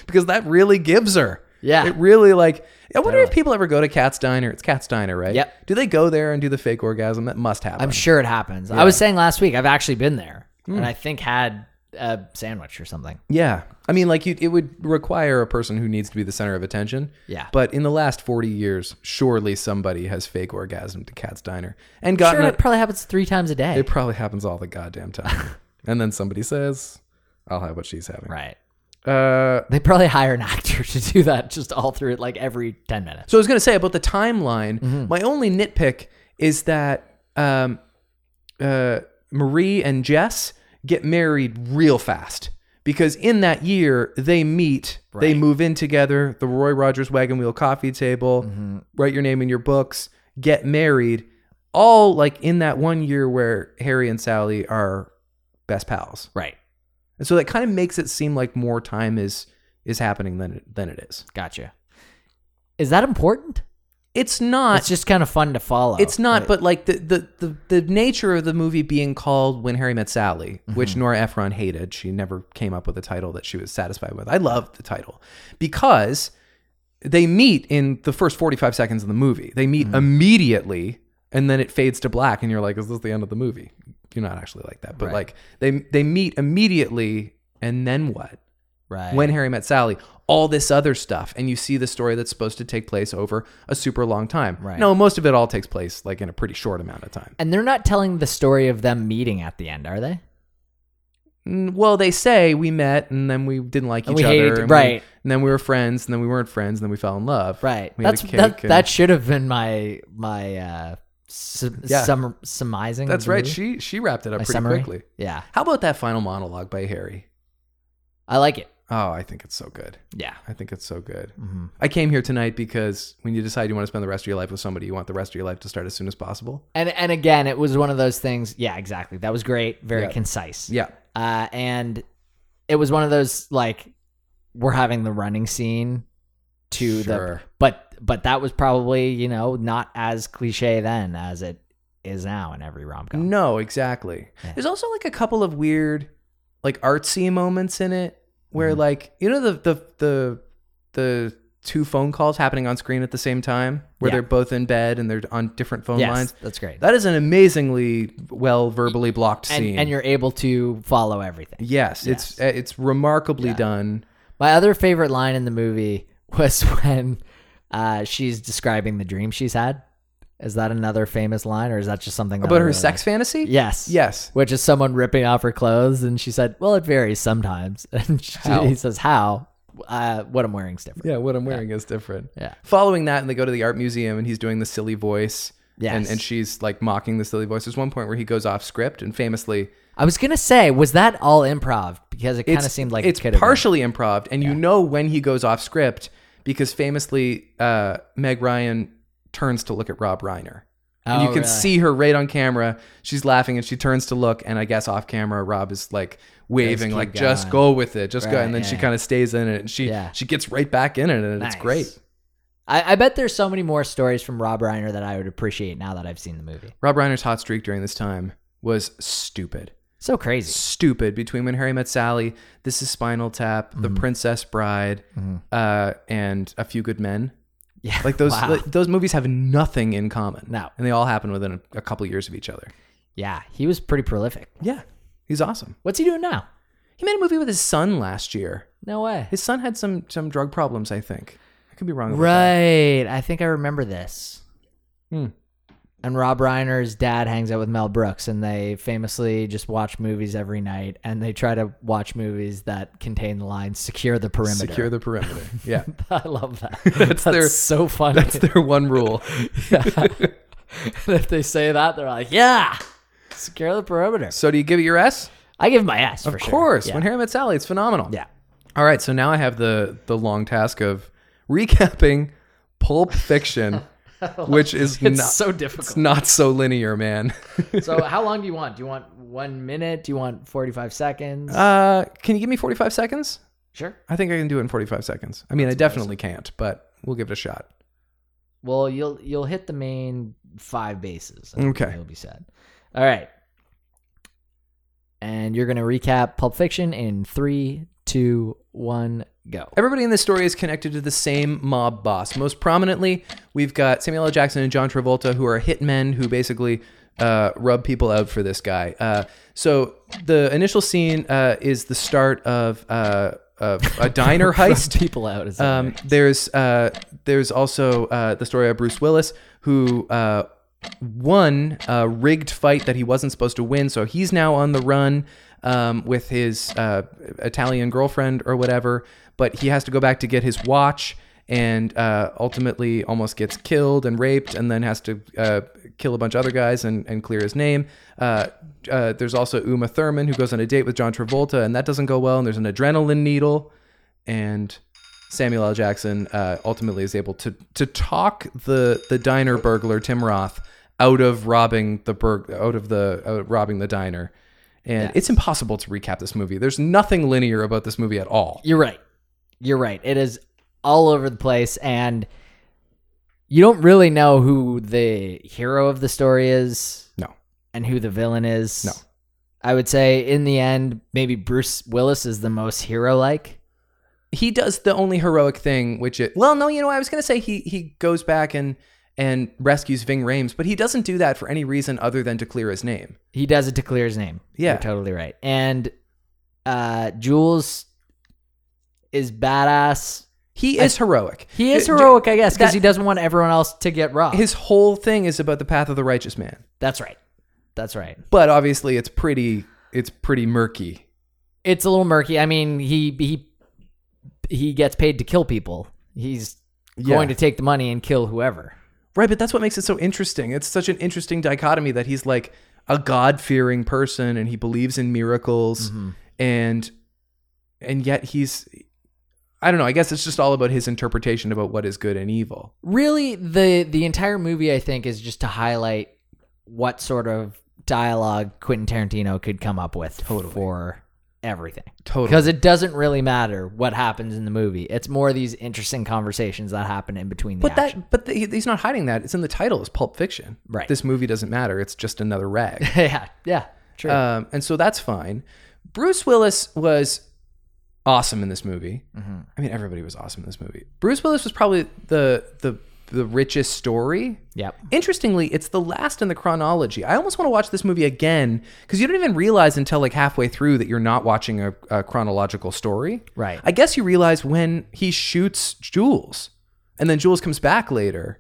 A: because that really gives her.
B: Yeah.
A: It really like I wonder if people ever go to Cat's Diner. It's Cat's Diner, right?
B: Yep.
A: Do they go there and do the fake orgasm? That must happen.
B: I'm sure it happens. I was saying last week I've actually been there
A: Hmm.
B: and I think had a sandwich or something.
A: yeah. I mean, like you, it would require a person who needs to be the center of attention.
B: Yeah.
A: But in the last 40 years, surely somebody has fake orgasm to Cat's Diner and gotten
B: sure,
A: it.
B: it probably happens three times a day.
A: It probably happens all the goddamn time. and then somebody says, "I'll have what she's having."
B: right.
A: Uh,
B: They probably hire an actor to do that just all through it, like every 10 minutes.
A: So I was going to say about the timeline. My only nitpick is that um, uh, Marie and Jess get married real fast because in that year they meet, they move in together, the Roy Rogers wagon wheel coffee table, write your name in your books, get married, all like in that one year where Harry and Sally are best pals,
B: Right.
A: and so that kind of makes it seem like more time is is happening than it, than it is.
B: Gotcha. Is that important?
A: It's not.
B: it's just kind of fun to follow.
A: Uh, It's not, but like the, the the the nature of the movie being called When Harry Met Sally,
B: Mm-hmm.
A: which Nora Ephron hated. She never came up with a title that she was satisfied with. I love the title because they meet in the first 45 seconds of the movie. They
B: Mm-hmm.
A: meet immediately and then it fades to black and you're like, is this the end of the movie? You're not actually like that. But
B: Right.
A: like they they meet immediately and then what?
B: right.
A: When Harry Met Sally, all this other stuff, and you see the story that's supposed to take place over a super long time.
B: Right.
A: No, most of it all takes place like in a pretty short amount of time.
B: and they're not telling the story of them meeting at the end, are they?
A: Mm, Well, they say we met and then we didn't like
B: And
A: each
B: we
A: other,
B: hated-
A: and
B: right.
A: We, and then we were friends, and then we weren't friends, and then we fell in love.
B: Right.
A: We
B: That's
A: had a cake.
B: that,
A: and-
B: that should have been my my uh su-
A: Yeah.
B: sum- surmising. of
A: that's
B: the
A: right.
B: movie.
A: She she wrapped it up
B: my
A: pretty
B: summary.
A: quickly.
B: Yeah.
A: How about that final monologue by Harry?
B: I like it.
A: Oh, I think it's so good.
B: Yeah.
A: I think it's so good.
B: Mhm.
A: I came here tonight because when you decide you want to spend the rest of your life with somebody, you want the rest of your life to start as soon as possible.
B: And and again, it was one of those things. Yeah, exactly. That was great, very
A: Yeah.
B: concise.
A: Yeah.
B: Uh and it was one of those like we're having the running scene to the
A: Sure.
B: but but that was probably, you know, not as cliche then as it is now in every rom com.
A: No, exactly. There's also like a couple of weird,
B: Mm-hmm.
A: like artsy moments in it where like you know the the the the two phone calls happening on screen at the same time where
B: Yeah.
A: they're both in bed and they're on different phone
B: Yes,
A: lines.
B: that's great.
A: That is an amazingly well verbally blocked scene.
B: and, and you're able to follow everything.
A: yes, it's uh, it's remarkably done.
B: My other favorite line in the movie was when uh, she's describing the dream she's had. Is that another famous line, or is that just something
A: But her sex fantasy?
B: Oh, Yes.
A: Yes.
B: Which is someone ripping off her clothes, and she said, "Well, it varies sometimes." And she,
A: How?
B: he says, "How? Uh, what I'm wearing's different."
A: Yeah, what I'm wearing is different.
B: Yeah.
A: Following that, and they go to the art museum, and he's doing the silly voice. And,
B: Yes.
A: and she's like mocking the silly voice. There's one point where he goes off script, and famously,
B: I was gonna say, was that all improv? Because it kind of
A: it's-
B: seemed like
A: it's
B: it could have been.
A: partially improv, and you know when he goes off script because famously, uh, Meg Ryan turns to look at Rob Reiner, and
B: Oh,
A: you can
B: really?
A: see her right on camera. She's laughing, and she turns to look, and I guess off camera, Rob is like waving,
B: keep
A: like just go
B: going."
A: with it, just go,
B: Right,
A: and then she
B: yeah.
A: kind of stays in it, and she
B: Yeah.
A: she gets right back in it, and it's
B: Nice.
A: great.
B: I, I bet there's so many more stories from Rob Reiner that I would appreciate now that I've seen the movie.
A: Rob Reiner's hot streak during this time was stupid.
B: So crazy.
A: stupid between when harry met sally this is spinal tap
B: Mm-hmm.
A: the princess bride uh, and a few good men
B: Yeah.
A: like those
B: Wow.
A: like, those movies have nothing in common
B: No.
A: and they all happen within a, a couple years of each other
B: yeah, he was pretty prolific.
A: yeah he's awesome
B: What's he doing now?
A: he made a movie with his son last year
B: No way.
A: his son had some some drug problems i think i could be wrong about that.
B: Right. I think I remember this.
A: Hmm.
B: And Rob Reiner's dad hangs out with Mel Brooks, and they famously just watch movies every night, and they try to watch movies that contain the line "secure the perimeter."
A: secure the perimeter yeah
B: I love that.
A: That's
B: that's
A: their-
B: so funny.
A: that's their one rule
B: And if they say that, they're like, "Yeah, secure the perimeter."
A: so do you give it your s
B: I give my ass for
A: of
B: sure.
A: course
B: Yeah.
A: when harry met sally it's phenomenal
B: yeah.
A: All right, so now I have the the long task of recapping Pulp Fiction, which is
B: It's
A: not
B: so
A: it's
B: difficult.
A: not so linear, man.
B: so, how long do you want? Do you want one minute? Do you want forty-five seconds?
A: uh, can you give me forty five seconds?
B: sure.
A: I think I can do it in forty five seconds. I mean, I definitely can't, but we'll give it a shot.
B: Well, you'll you'll hit the main five bases. and
A: Okay.
B: You'll be set. All right. And you're gonna recap Pulp Fiction in three, two, one, go.
A: Everybody in this story is connected to the same mob boss. Most prominently, we've got Samuel L. Jackson and John Travolta, who are hitmen who basically uh, rub people out for this guy. Uh, so the initial scene uh, is the start of, uh, of a diner heist.
B: People out is
A: Um, there's uh, there's also uh, the story of Bruce Willis who uh, won a rigged fight that he wasn't supposed to win, so he's now on the run um, with his uh, Italian girlfriend or whatever. But he has to go back to get his watch and uh, ultimately almost gets killed and raped and then has to uh, kill a bunch of other guys and, and clear his name. Uh, uh, there's also Uma Thurman who goes on a date with John Travolta and that doesn't go well. And there's an adrenaline needle and Samuel L. Jackson uh, ultimately is able to to talk the the diner burglar Tim Roth out of robbing the burg out of the out of robbing the diner. And it's impossible to recap this movie. There's nothing linear about this movie at all.
B: You're right. You're right. It is all over the place, and you don't really know who the hero of the story is
A: No.
B: and who the villain is.
A: No.
B: I would say in the end, maybe Bruce Willis is the most hero like.
A: He does the only heroic thing which it Well, no, you know, I was going to say he he goes back and and rescues Ving Rhames, but he doesn't do that for any reason other than to clear his name.
B: He does it to clear his name.
A: Yeah.
B: You're totally right. And uh Jules is badass.
A: He is heroic.
B: He is
A: Uh,
B: heroic, I guess, because
A: that-
B: he doesn't want everyone else to get robbed.
A: His whole thing is about the path of the righteous man.
B: That's right. That's right.
A: but obviously it's pretty it's pretty murky
B: It's a little murky. I mean, he he he gets paid to kill people. He's going to take the money and kill whoever.
A: right but that's what makes it so interesting it's such an interesting dichotomy that he's like a god-fearing person and he believes in miracles
B: Mm-hmm.
A: and and yet he's i don't know i guess it's just all about his interpretation about what is good and evil
B: really the the entire movie i think is just to highlight what sort of dialogue quentin tarantino could come up with for everything
A: Totally.
B: because it doesn't really matter what happens in the movie it's more these interesting conversations that happen in between the
A: but
B: action
A: that but the, he's not hiding that it's in the title it's pulp fiction
B: Right.
A: this movie doesn't matter it's just another rag
B: yeah Uh, yeah true
A: Um, and so that's fine. Bruce Willis was awesome in this movie. I mean, everybody was awesome in this movie. Bruce Willis was probably the the the richest story.
B: Yep.
A: Interestingly, it's the last in the chronology. I almost want to watch this movie again because you don't even realize until like halfway through that you're not watching a, a chronological story.
B: Right.
A: I guess you realize when he shoots Jules, and then Jules comes back later.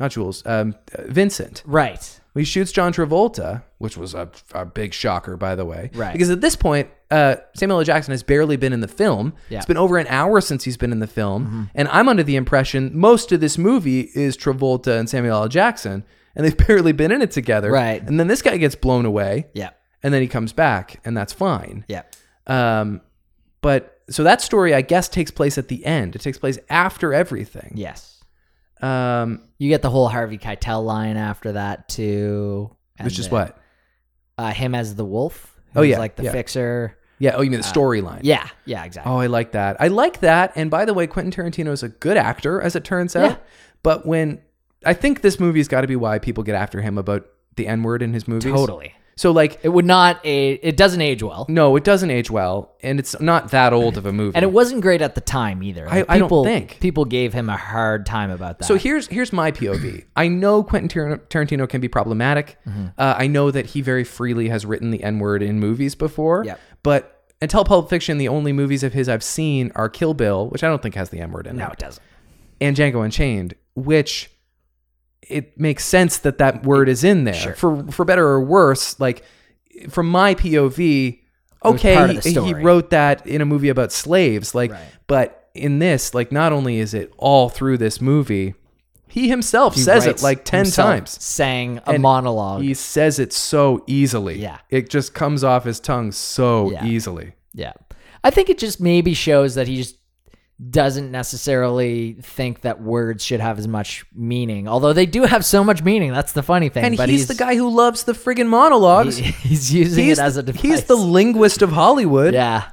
A: Not Jules, um, Vincent.
B: Right.
A: He shoots John Travolta, which was a, a big shocker, by the way.
B: Right.
A: Because at this point, uh, Samuel L. Jackson has barely been in the film.
B: Yeah. Mm-hmm.
A: It's been over an hour since he's been in the film. And I'm under the impression most of this movie is Travolta and Samuel L. Jackson, and they've barely been in it together.
B: Right.
A: And then this guy gets blown away,
B: Yep.
A: and then he comes back, and that's fine.
B: Yep.
A: Um, but so that story, I guess, takes place at the end. It takes place after everything.
B: Yes.
A: Um,
B: You get the whole Harvey Keitel line after that too. and
A: which is
B: the-
A: what?
B: Uh, him as the wolf.
A: Oh,
B: who's
A: yeah,
B: Like the
A: yeah.
B: fixer.
A: Yeah. Oh, you mean
B: Uh,
A: the storyline?
B: Yeah. Yeah. Exactly.
A: Oh, I like that. I like that. And by the way, Quentin Tarantino is a good actor, as it turns out.
B: Yeah.
A: But when I think this movie's got to be why people get after him about the N word in his movies.
B: totally.
A: So like,
B: It would not. A, it doesn't age well,
A: no, it doesn't age well, and it's not that old of a movie.
B: and it wasn't great at the time either. Like,
A: I don't
B: people,
A: think.
B: people gave him a hard time about that.
A: So here's here's my POV. I know Quentin Tar- Tarantino can be problematic.
B: Mm-hmm.
A: Uh, I know that he very freely has written the N word in movies before.
B: Yep.
A: But until Pulp Fiction, the only movies of his I've seen are Kill Bill, which I don't think has the N word in it.
B: no, it doesn't.
A: and Django Unchained, which it makes sense that that word is in there for for better or worse. Like from my POV,
B: was part
A: okay,
B: of
A: he,
B: the
A: he
B: story.
A: wrote that in a movie about slaves, like,
B: Right.
A: but in this, like, not only is it all through this movie, he himself
B: He
A: says it
B: writes
A: like ten
B: himself
A: times.
B: Sang a
A: And
B: monologue.
A: He says it so easily.
B: Yeah.
A: it just comes off his tongue so
B: Yeah.
A: easily.
B: Yeah. I think it just maybe shows that he just doesn't necessarily think that words should have as much meaning. Although they do have so much meaning. That's the funny thing.
A: And
B: but
A: he's, the guy who loves the friggin' monologues.
B: he- he's using
A: he's,
B: it as a device.
A: he's the linguist of Hollywood.
B: Yeah.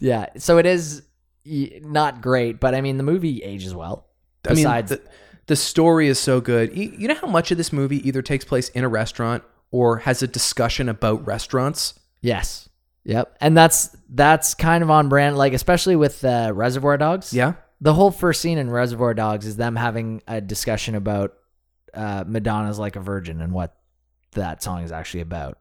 B: Yeah. So it is y- not great, but I mean the movie ages well. Besides
A: I mean, the, the story is so good. You, you know how much of this movie either takes place in a restaurant or has a discussion about restaurants?
B: Yes. Yep. And that's that's kind of on brand like especially with uh, Reservoir Dogs.
A: Yeah.
B: the whole first scene in Reservoir Dogs is them having a discussion about uh, Madonna's "Like a Virgin" and what that song is actually about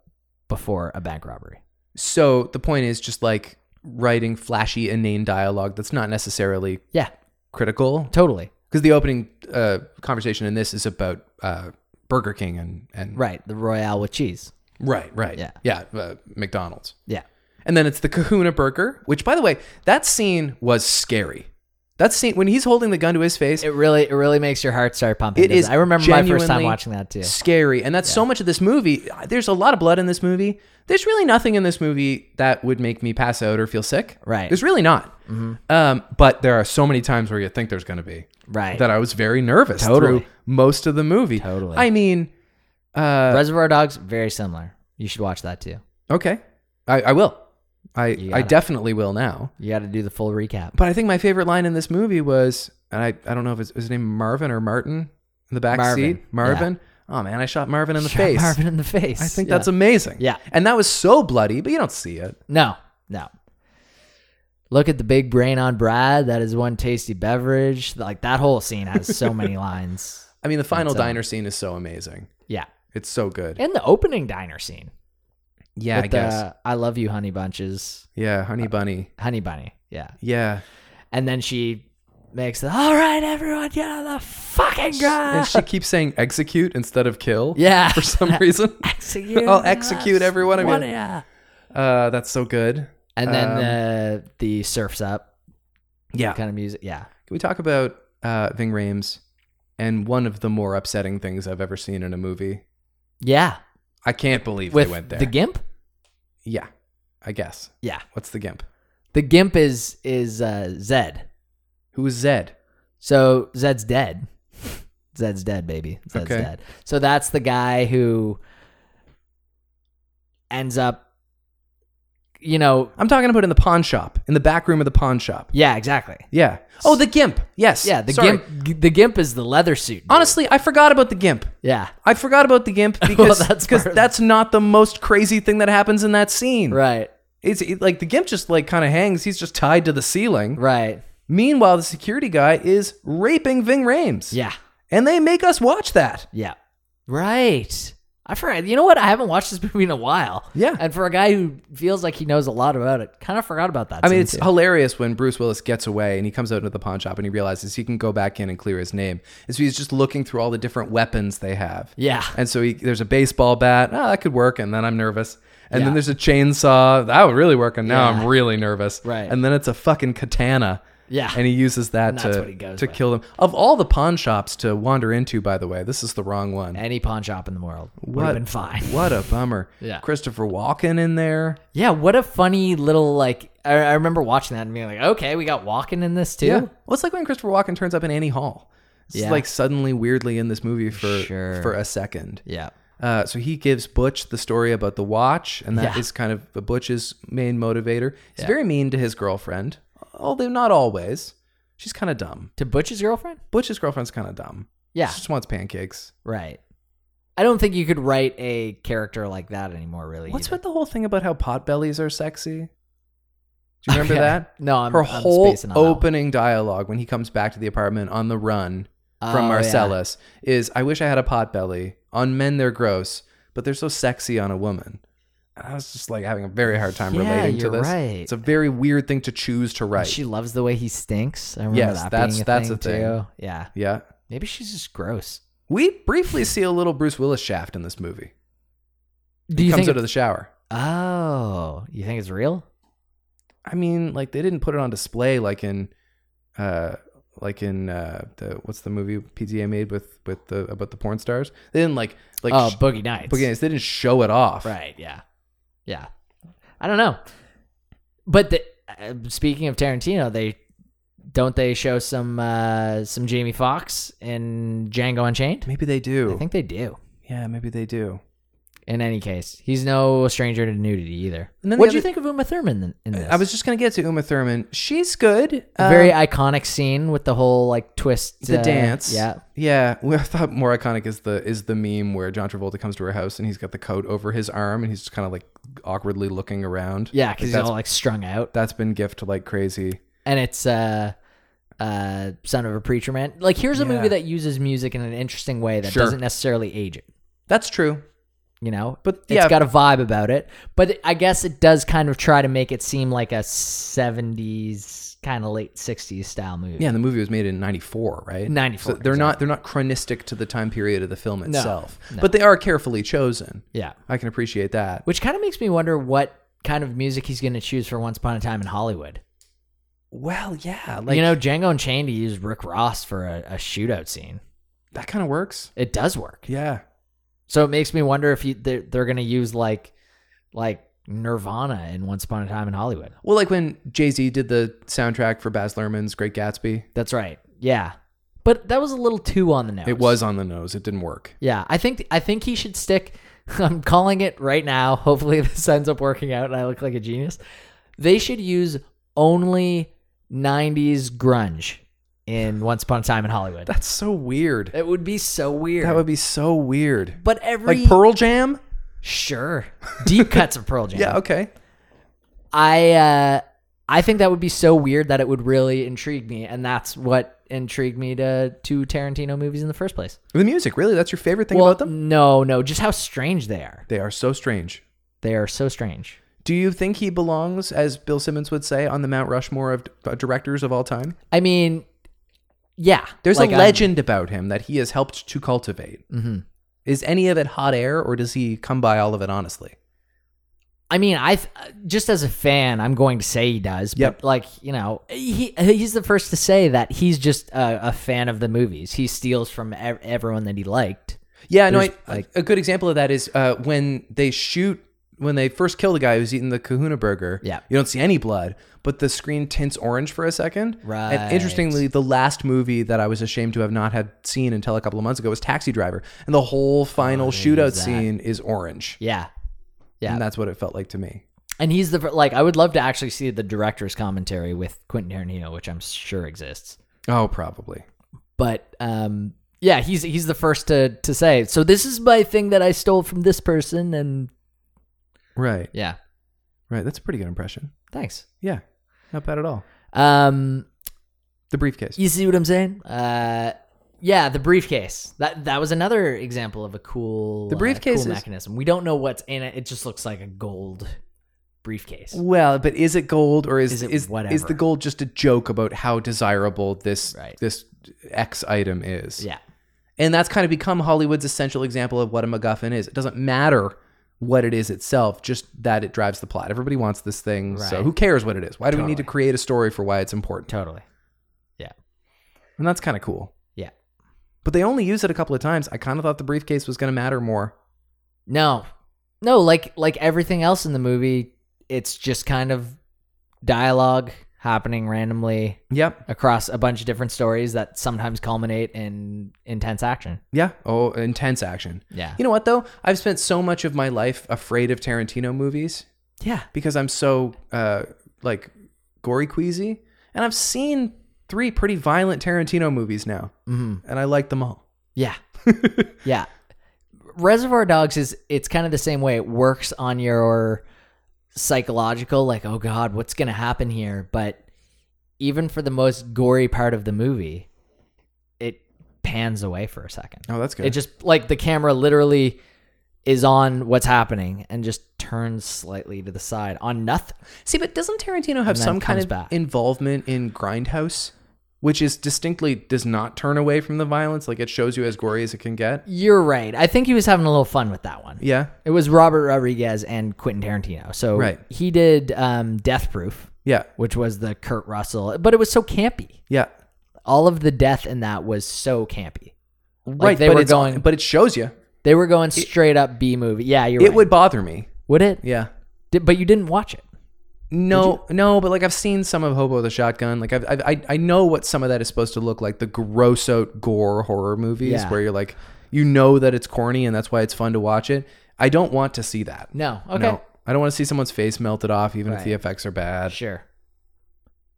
B: before a bank robbery.
A: So the point is just like writing flashy, inane dialogue that's not necessarily
B: Yeah,
A: critical.
B: totally
A: Because the opening uh, conversation in this is about uh, Burger King and, and
B: right. The Royale with cheese.
A: right, right,
B: Yeah.
A: yeah, uh, McDonald's,
B: Yeah,
A: and then it's the Kahuna Burger, which by the way, that scene was scary. That scene when he's holding the gun to his face,
B: it really it really makes your heart start pumping.
A: It
B: doesn't
A: is
B: I remember my first time
A: genuinely
B: watching that too.
A: scary. And that's so much of this movie. There's a lot of blood in this movie. There's really nothing in this movie that would make me pass out or feel sick.
B: Right. Mm-hmm.
A: There's really not. Um, but there are so many times where you think there's going to be.
B: Right.
A: That I was very nervous
B: Totally.
A: through most of the movie.
B: Totally.
A: I mean, uh,
B: Reservoir Dogs very similar. You should watch that too.
A: okay. I, I will. I,
B: You
A: I
B: gotta-
A: definitely will now.
B: You got to do the full recap.
A: But I think my favorite line in this movie was, and I, I don't know if it's was his name Marvin or Martin in the back
B: Marvin.
A: seat. Marvin. Oh man, I shot Marvin in the
B: Shot
A: face.
B: Marvin in the face.
A: I think that's amazing.
B: Yeah.
A: And that was so bloody, but you don't see it.
B: No, no. Look at the big brain on Brad. That is one tasty beverage. Like that whole scene has so many lines.
A: I mean, the final
B: That's, uh,
A: diner scene is so amazing.
B: Yeah,
A: It's so good.
B: and the opening diner scene.
A: Yeah, I
B: with
A: guess.
B: The, uh, I love you, honey bunches,
A: yeah, Honey Bunny.
B: honey bunny. Yeah,
A: Yeah.
B: and then she makes the all right, everyone, get on the fucking
A: And
B: ground.
A: she keeps saying execute instead of kill.
B: Oh yeah,
A: For some reason.
B: execute.
A: I'll execute every one of you.
B: Yeah.
A: Uh, that's so good.
B: And then
A: Um,
B: uh, the surfs up
A: Yeah. Can
B: kind of music. Yeah,
A: we talk about uh, Ving Rhames and one of the more upsetting things I've ever seen in a movie?
B: yeah.
A: I can't believe
B: With
A: they went there.
B: the gimp.
A: yeah, I guess.
B: Yeah,
A: What's the gimp?
B: the gimp is is uh, Zed.
A: Who is Zed?
B: So Zed's dead. Zed's dead, baby. Zed's
A: Okay.
B: dead. So that's the guy who ends up, you know,
A: I'm talking about in the pawn shop, in the back room of the pawn shop.
B: yeah, exactly.
A: Yeah. Oh, the Gimp. Yes.
B: Yeah, the
A: Sorry.
B: gimp. The gimp is the leather suit. dude.
A: Honestly, I forgot about the Gimp.
B: yeah,
A: I forgot about the Gimp because
B: that's
A: that's, cause
B: part of-
A: that's not the most crazy thing that happens in that scene.
B: right.
A: It's it, like the gimp just like kind of hangs. He's just tied to the ceiling.
B: Right.
A: Meanwhile, the security guy is raping Ving Rames.
B: Yeah.
A: And they make us watch that.
B: Yeah. Right. I forgot. You know what? I haven't watched this movie in a while.
A: Yeah.
B: And for a guy who feels like he knows a lot about it, kind of forgot about that.
A: I mean,
B: scene,
A: it's
B: too.
A: hilarious when Bruce Willis gets away and he comes out into the pawn shop and he realizes he can go back in and clear his name. And so he's just looking through all the different weapons they have.
B: yeah.
A: And so he, there's a baseball bat. Oh, that could work. And then I'm nervous. And
B: Yeah.
A: then there's a chainsaw. That would really work. And now
B: Yeah.
A: I'm really nervous.
B: Right.
A: And then it's a fucking katana.
B: Yeah.
A: And he uses that
B: And that's
A: to,
B: what he goes
A: to
B: with.
A: kill them. Of all the pawn shops to wander into, by the way, this is the wrong one.
B: Any pawn shop in the world would
A: What-
B: have been fine.
A: What a bummer.
B: Yeah.
A: Christopher Walken in there.
B: Yeah. What a funny little like. I, I remember watching that and being like, okay, we got walking in this too.
A: Well, it's like when Christopher Walken turns up in Annie Hall. It's
B: Yeah.
A: like suddenly weirdly in this movie for
B: Sure.
A: for a second.
B: Yeah.
A: Uh, so he gives Butch the story about the watch, and that is
B: Yeah.
A: kind of Butch's main motivator. He's very mean to his girlfriend, although not always. She's kind of dumb.
B: To Butch's girlfriend.
A: Butch's girlfriend's kind of dumb.
B: Yeah.
A: She just wants pancakes.
B: Right. I don't think you could write a character like that anymore. Really.
A: What's
B: either.
A: with the whole thing about how potbellies are sexy? Do you remember
B: Okay.
A: that?
B: No, I'm
A: Her
B: I'm
A: whole
B: spacing on that one.
A: opening dialogue when he comes back to the apartment on the run from
B: Oh, yeah.
A: Marcellus is I wish I had a potbelly. On men, they're gross, but they're so sexy on a woman. And I was just like having a very hard time
B: Yeah,
A: relating to
B: you're
A: this.
B: right.
A: It's a very weird thing to choose to
B: And
A: write.
B: She loves the way he stinks. I remember
A: Yes,
B: that
A: that's-
B: being a
A: that's
B: thing
A: a thing.
B: too. Yeah,
A: yeah.
B: maybe she's just gross.
A: We briefly see a little Bruce Willis shaft in this movie.
B: Do
A: He
B: you
A: comes
B: think?
A: out of the shower.
B: oh, you think it's real?
A: I mean, like they didn't put it on display like in uh like in uh the what's the movie PTA made with with the about the porn stars? They didn't like like
B: oh,
A: sh-
B: Boogie Nights.
A: but yes, they didn't show it off.
B: Right. Yeah. Yeah. I don't know. But the, uh, speaking of Tarantino, they don't they show some uh some Jamie Foxx in Django Unchained?
A: Maybe they do.
B: I think they do.
A: yeah, maybe they do.
B: In any case, he's no stranger to nudity either.
A: And then the
B: What do you
A: other-
B: think of Uma Thurman in, in this?
A: I was just gonna get to Uma Thurman. She's good.
B: A very iconic scene with the whole like twist
A: the
B: uh,
A: dance.
B: Yeah.
A: yeah. Well, I thought more iconic is the is the meme where John Travolta comes to her house and he's got the coat over his arm and he's just kind of like awkwardly looking around.
B: Yeah, because he's
A: that's-
B: all like strung out,
A: that's been gift like crazy.
B: and it's uh, uh, son of a preacher man. Like, here's a
A: Yeah.
B: movie that uses music in an interesting way that
A: Sure.
B: doesn't necessarily age it.
A: That's true.
B: You know,
A: But,
B: it's
A: yeah.
B: got a vibe about it. But I guess it does kind of try to make it seem like a '70s kind of late '60s style movie.
A: Yeah, and the movie was made in '94, right?
B: 94,
A: So they're not they're not chronistic to the time period of the film itself,
B: no.
A: but they are carefully chosen.
B: yeah.
A: I can appreciate that.
B: Which kind of makes me wonder what kind of music he's going to choose for Once Upon a Time in Hollywood.
A: Well, yeah, like
B: you know, Django Unchained he used Rick Ross for a, a shootout scene.
A: that kind of works.
B: It does work.
A: Yeah,
B: So it makes me wonder if you, they're, they're going to use like like Nirvana in Once Upon a Time in Hollywood.
A: Well, like when Jay Z did the soundtrack for Baz Luhrmann's Great Gatsby,
B: That's right. Yeah. But that was a little too on the nose.
A: it was on the nose. It didn't work.
B: Yeah, I think I think he should stick I'm calling it right now. Hopefully this ends up working out and I look like a genius. They should use only 90s grunge in Once Upon a Time in Hollywood.
A: That's so weird.
B: It would be so weird.
A: That would be so weird.
B: but every
A: Like Pearl Jam?
B: Sure. Deep cuts of Pearl Jam.
A: Yeah, okay.
B: I uh I think that would be so weird that it would really intrigue me and that's what intrigued me to to Tarantino movies in the first place.
A: The music, really? That's your favorite thing
B: well,
A: about them?
B: no, no, just how strange they are.
A: They are so strange.
B: They are so strange.
A: Do you think he belongs, as Bill Simmons would say, on the Mount Rushmore of uh, directors of all time?
B: I mean, yeah.
A: There's
B: like,
A: a
B: I'm-
A: legend about him that he has helped to cultivate. Mm-hmm. Is any of it hot air, or does he come by all of it honestly?
B: I mean, I th- just as a fan, I'm going to say he does.
A: Yep.
B: But like, you know, he he's the first to say that he's just a, a fan of the movies. He steals from ev- everyone that he liked.
A: Yeah, no, I,
B: There's, like-
A: a good example of that is uh, when they shoot when they first kill the guy who's eating the Kahuna burger.
B: Yeah.
A: you don't see any blood, but the screen tints orange for a second.
B: Right.
A: And interestingly, the last movie that I was ashamed to have not had seen until a couple of months ago was Taxi Driver, and the whole
B: Oh,
A: final shootout scene is orange,
B: Yeah. Yeah.
A: and that's what it felt like to me.
B: And he's the fir- like I would love to actually see the director's commentary with Quentin Tarantino, which I'm sure exists.
A: Oh, probably.
B: But um yeah, he's he's the first to to say. So this is my thing that I stole from this person and
A: Right.
B: yeah.
A: Right. That's a pretty good impression.
B: Thanks.
A: Yeah. Not bad at all.
B: Um,
A: The briefcase.
B: you see what I'm saying? Uh, yeah, the briefcase. That that was another example of a cool
A: The
B: uh,
A: briefcase
B: cool
A: is-
B: mechanism. We don't know what's in it. It just looks like a gold briefcase.
A: Well, but is it gold or is
B: Is
A: is
B: it
A: is,
B: whatever?
A: the gold just a joke about how desirable this
B: Right.
A: this X item is?
B: Yeah.
A: And that's kind of become Hollywood's essential example of what a MacGuffin is. It doesn't matter what it is itself, just that it drives the plot. Everybody wants this thing, so
B: Right.
A: who cares what it is? Why do we need to
B: Totally.
A: create a story for why it's important?
B: Totally.
A: And that's kind of cool.
B: Yeah.
A: But they only use it a couple of times. I kind of thought the briefcase was going to matter more.
B: No. No, like like everything else in the movie, it's just kind of dialogue happening randomly
A: Yep.
B: across a bunch of different stories that sometimes culminate in intense action.
A: Yeah. Oh, intense action.
B: Yeah.
A: You know what though? I've spent so much of my life afraid of Tarantino movies
B: Yeah.
A: because I'm so uh, like gory queasy, and I've seen three pretty violent Tarantino movies now,
B: Mm-hmm.
A: and I like them all.
B: Yeah. yeah. Reservoir Dogs is it's kind of the same way. It works on your psychological, like, oh God, what's gonna happen here? But even for the most gory part of the movie, it pans away for a second.
A: Oh, that's good.
B: It just like the camera literally is on what's happening and just turns slightly to the side on nothing.
A: See, but doesn't Tarantino have
B: then
A: some kind
B: comes
A: of
B: back.
A: involvement in Grindhouse, which is distinctly does not turn away from the violence? Like it shows you as gory as it can get.
B: You're right. I think he was having a little fun with that one.
A: Yeah,
B: It was Robert Rodriguez and Quentin Tarantino. So
A: Right.
B: he did um, Death Proof,
A: yeah,
B: which was the Kurt Russell, but it was so campy.
A: yeah.
B: All of the death in that was so campy.
A: right,
B: they
A: but
B: were
A: it's-
B: going-
A: but it shows you.
B: They were going straight up B movie. Yeah, you're
A: It
B: right.
A: would bother me.
B: Would it?
A: Yeah.
B: Did, but you didn't watch it.
A: No, no, but like I've seen some of Hobo with a Shotgun. Like I've, I've, I, I know what some of that is supposed to look like. The gross out gore horror movies
B: Yeah.
A: where you're like, you know that it's corny and that's why it's fun to watch it. I don't want to see that.
B: No. Okay.
A: No, I don't want to see someone's face melted off, even if
B: Right.
A: the effects are bad.
B: Sure.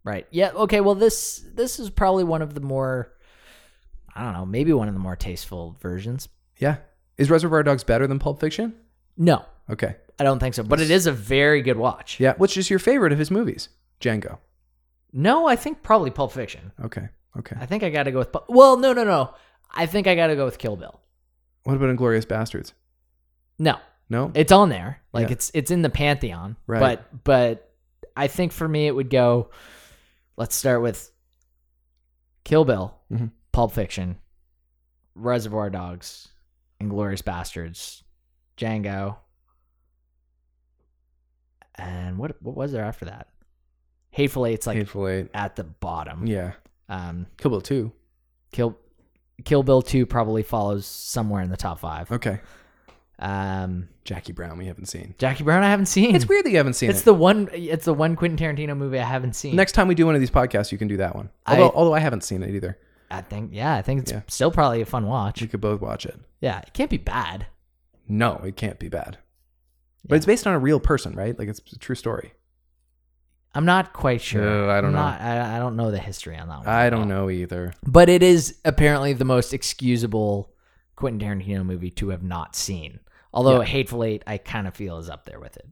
B: Right. Yeah. Okay. Well, this this is probably one of the more, I don't know, maybe one of the more tasteful versions.
A: Yeah. Is Reservoir Dogs better than Pulp Fiction?
B: No,
A: Okay.
B: I don't think so. But it is a very good watch.
A: Yeah. Which is your favorite of his movies? Django.
B: No, I think probably Pulp Fiction.
A: Okay. Okay.
B: I think I got to go with. Pul- Well, no, no, no. I think I got to go with Kill Bill.
A: What about Inglorious Bastards?
B: No,
A: No.
B: it's on there. Like
A: Yeah.
B: it's it's in the pantheon.
A: Right.
B: But but I think for me it would go. Let's start with Kill Bill,
A: Mhm.
B: Pulp Fiction, Reservoir Dogs, Inglorious Bastards, Django, and what what was there after that? Hateful Eight's like
A: Hateful Eight.
B: at the bottom.
A: Yeah.
B: Um,
A: Kill Bill Two.
B: Kill Kill Bill Two probably follows somewhere in the top five.
A: Okay.
B: Um,
A: Jackie Brown. We haven't seen.
B: Jackie Brown, I haven't seen.
A: It's weird that you haven't seen
B: It's
A: it.
B: the one. It's the one Quentin Tarantino movie I haven't seen.
A: Next time we do one of these podcasts, you can do that one.
B: I-
A: Although, although I haven't seen it either.
B: I think. Yeah, I think it's
A: Yeah.
B: still probably a fun watch.
A: We could both watch it.
B: Yeah, it can't be bad.
A: No, it can't be bad. But
B: Yeah.
A: it's based on a real person, right? Like it's a true story.
B: I'm not quite sure.
A: Uh, I don't
B: I'm
A: know.
B: Not, I, I don't know the history on that one.
A: I don't know either.
B: But it is apparently the most excusable Quentin Tarantino movie to have not seen. Although Hateful Eight, I kind of feel is up there with it.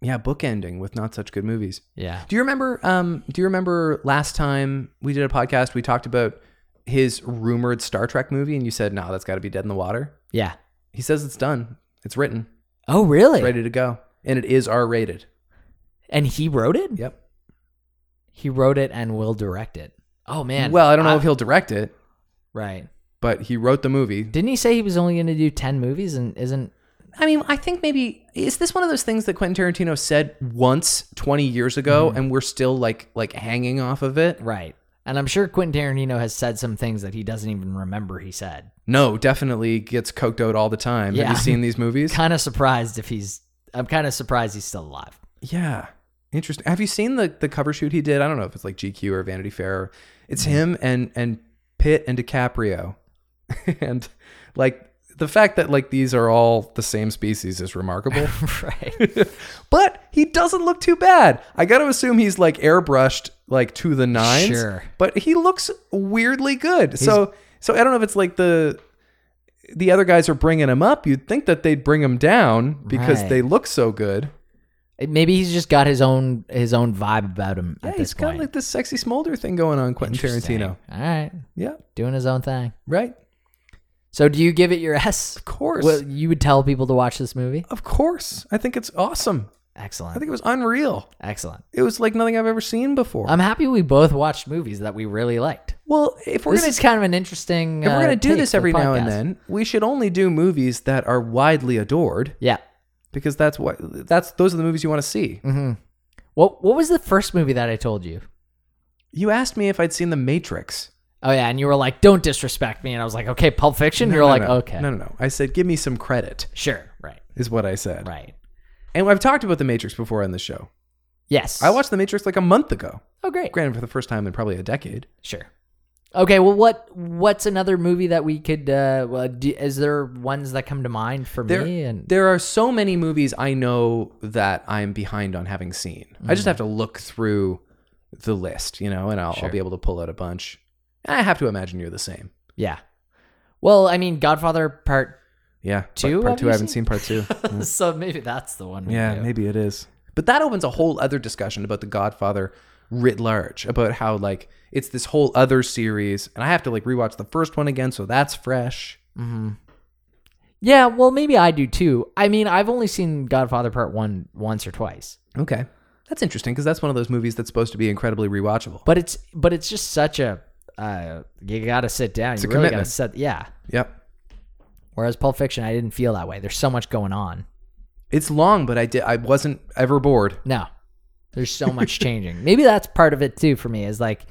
A: Yeah, bookending with not such good movies.
B: Yeah.
A: Do you remember? Um, do you remember last time we did a podcast? We talked about his rumored Star Trek movie, and you said, "No, that's got to be Dead in the Water."
B: Yeah.
A: He says it's done. It's written,
B: Oh, really?
A: it's ready to go, and it is R-rated.
B: And he wrote it.
A: Yep.
B: He wrote it and will direct it. Oh man.
A: well, I don't know if he'll direct it,
B: Right.
A: but he wrote the movie.
B: Didn't he say he was only going to do ten movies? And isn't
A: I mean, I think maybe is this one of those things that Quentin Tarantino said once 20 years ago and we're still like like hanging off of it?
B: Right. And I'm sure Quentin Tarantino has said some things that he doesn't even remember he said.
A: No, definitely gets coked out all the time.
B: Yeah.
A: Have you seen these movies?
B: Kind of surprised if he's I'm kind of surprised he's still alive.
A: yeah. Interesting. Have you seen the the cover shoot he did? I don't know if it's like GQ or Vanity Fair. It's him and and Pitt and DiCaprio. and like the fact that like these are all the same species is remarkable.
B: right.
A: but he doesn't look too bad. I got to assume he's like airbrushed like to the nines.
B: Sure.
A: But he looks weirdly good. so so I don't know if it's like the the other guys are bringing him up. You'd think that they'd bring him down because
B: Right.
A: they look so good.
B: Maybe he's just got his own his own vibe about him
A: Yeah,
B: at this
A: he's got
B: point.
A: like this sexy smolder thing going on, Quentin
B: Interesting.
A: Tarantino.
B: All right,
A: Yeah,
B: doing his own thing.
A: right.
B: So do you give it your S?
A: Of course.
B: Well, you would tell people to watch this movie.
A: of course. I think it's awesome.
B: Excellent.
A: I think it was unreal.
B: Excellent.
A: It was like nothing I've ever seen before.
B: I'm happy we both watched movies that we really liked.
A: well, if we're
B: this
A: gonna
B: is kind of an interesting.
A: if
B: uh,
A: we're gonna do
B: take
A: this
B: for the
A: every now and
B: podcast.
A: then, we should only do movies that are widely adored
B: Yeah.
A: because that's what that's those are the movies you want to see.
B: Mm-hmm. What What was the first movie that I told you?
A: You asked me if I'd seen The Matrix.
B: Oh yeah, and you were like, "Don't disrespect me," and I was like, "Okay, Pulp Fiction." you were
A: No,
B: like,
A: no.
B: "Okay,
A: No, no, no. I said, give me some credit,
B: sure, right,
A: is what I said.
B: right,
A: And I've talked about The Matrix before on the show.
B: yes."
A: I watched The Matrix like a month ago.
B: Oh great,
A: Granted, for the first time in probably a decade.
B: sure. Okay, well, what what's another movie that we could? Uh, well, do, is there ones that come to mind for
A: There,
B: me? And
A: there are so many movies I know that I'm behind on having seen. I just have to look through the list, you know, and I'll,
B: Mm. Sure.
A: I'll be able to pull out a bunch. And I have to imagine you're the same.
B: yeah, well, I mean, Godfather Part.
A: Yeah. part-
B: Two,
A: Part
B: have
A: two,
B: you
A: I haven't
B: seen?
A: seen part two.
B: so maybe that's the one. we
A: yeah,
B: do.
A: maybe it is. But that opens a whole other discussion about The Godfather writ large, about how, like, it's this whole other series. And I have to, like, rewatch the first one again, so that's fresh.
B: Yeah, well, maybe I do too. I mean, I've only seen Godfather Part One once or twice,
A: Okay. That's interesting because that's one of those movies that's supposed to be incredibly rewatchable.
B: but it's but it's just such a uh, you got to sit down. you
A: a
B: really got
A: commitment.
B: to sit. Yeah.
A: Yep.
B: Whereas Pulp Fiction, I didn't feel that way. There's so much going on.
A: It's long, but I did. I wasn't ever bored.
B: No, there's so much changing. Maybe that's part of it too for me. Is like,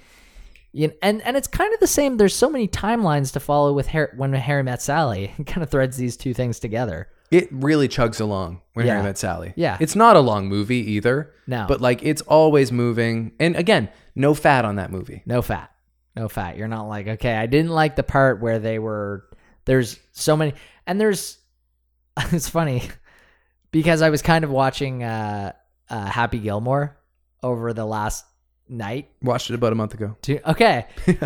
B: you and and it's kind of the same. There's so many timelines to follow with Har- when Harry met Sally. It kind of threads these two things together.
A: It really chugs along when
B: Yeah.
A: Harry Met Sally.
B: Yeah.
A: It's not a long movie either.
B: No.
A: But like it's always moving. And again, no fat on that movie.
B: No fat. No fat. You're not like, okay, I didn't like the part where they were there's so many and there's it's funny because I was kind of watching uh uh Happy Gilmore over the last night
A: Watched it about a month ago.
B: to okay.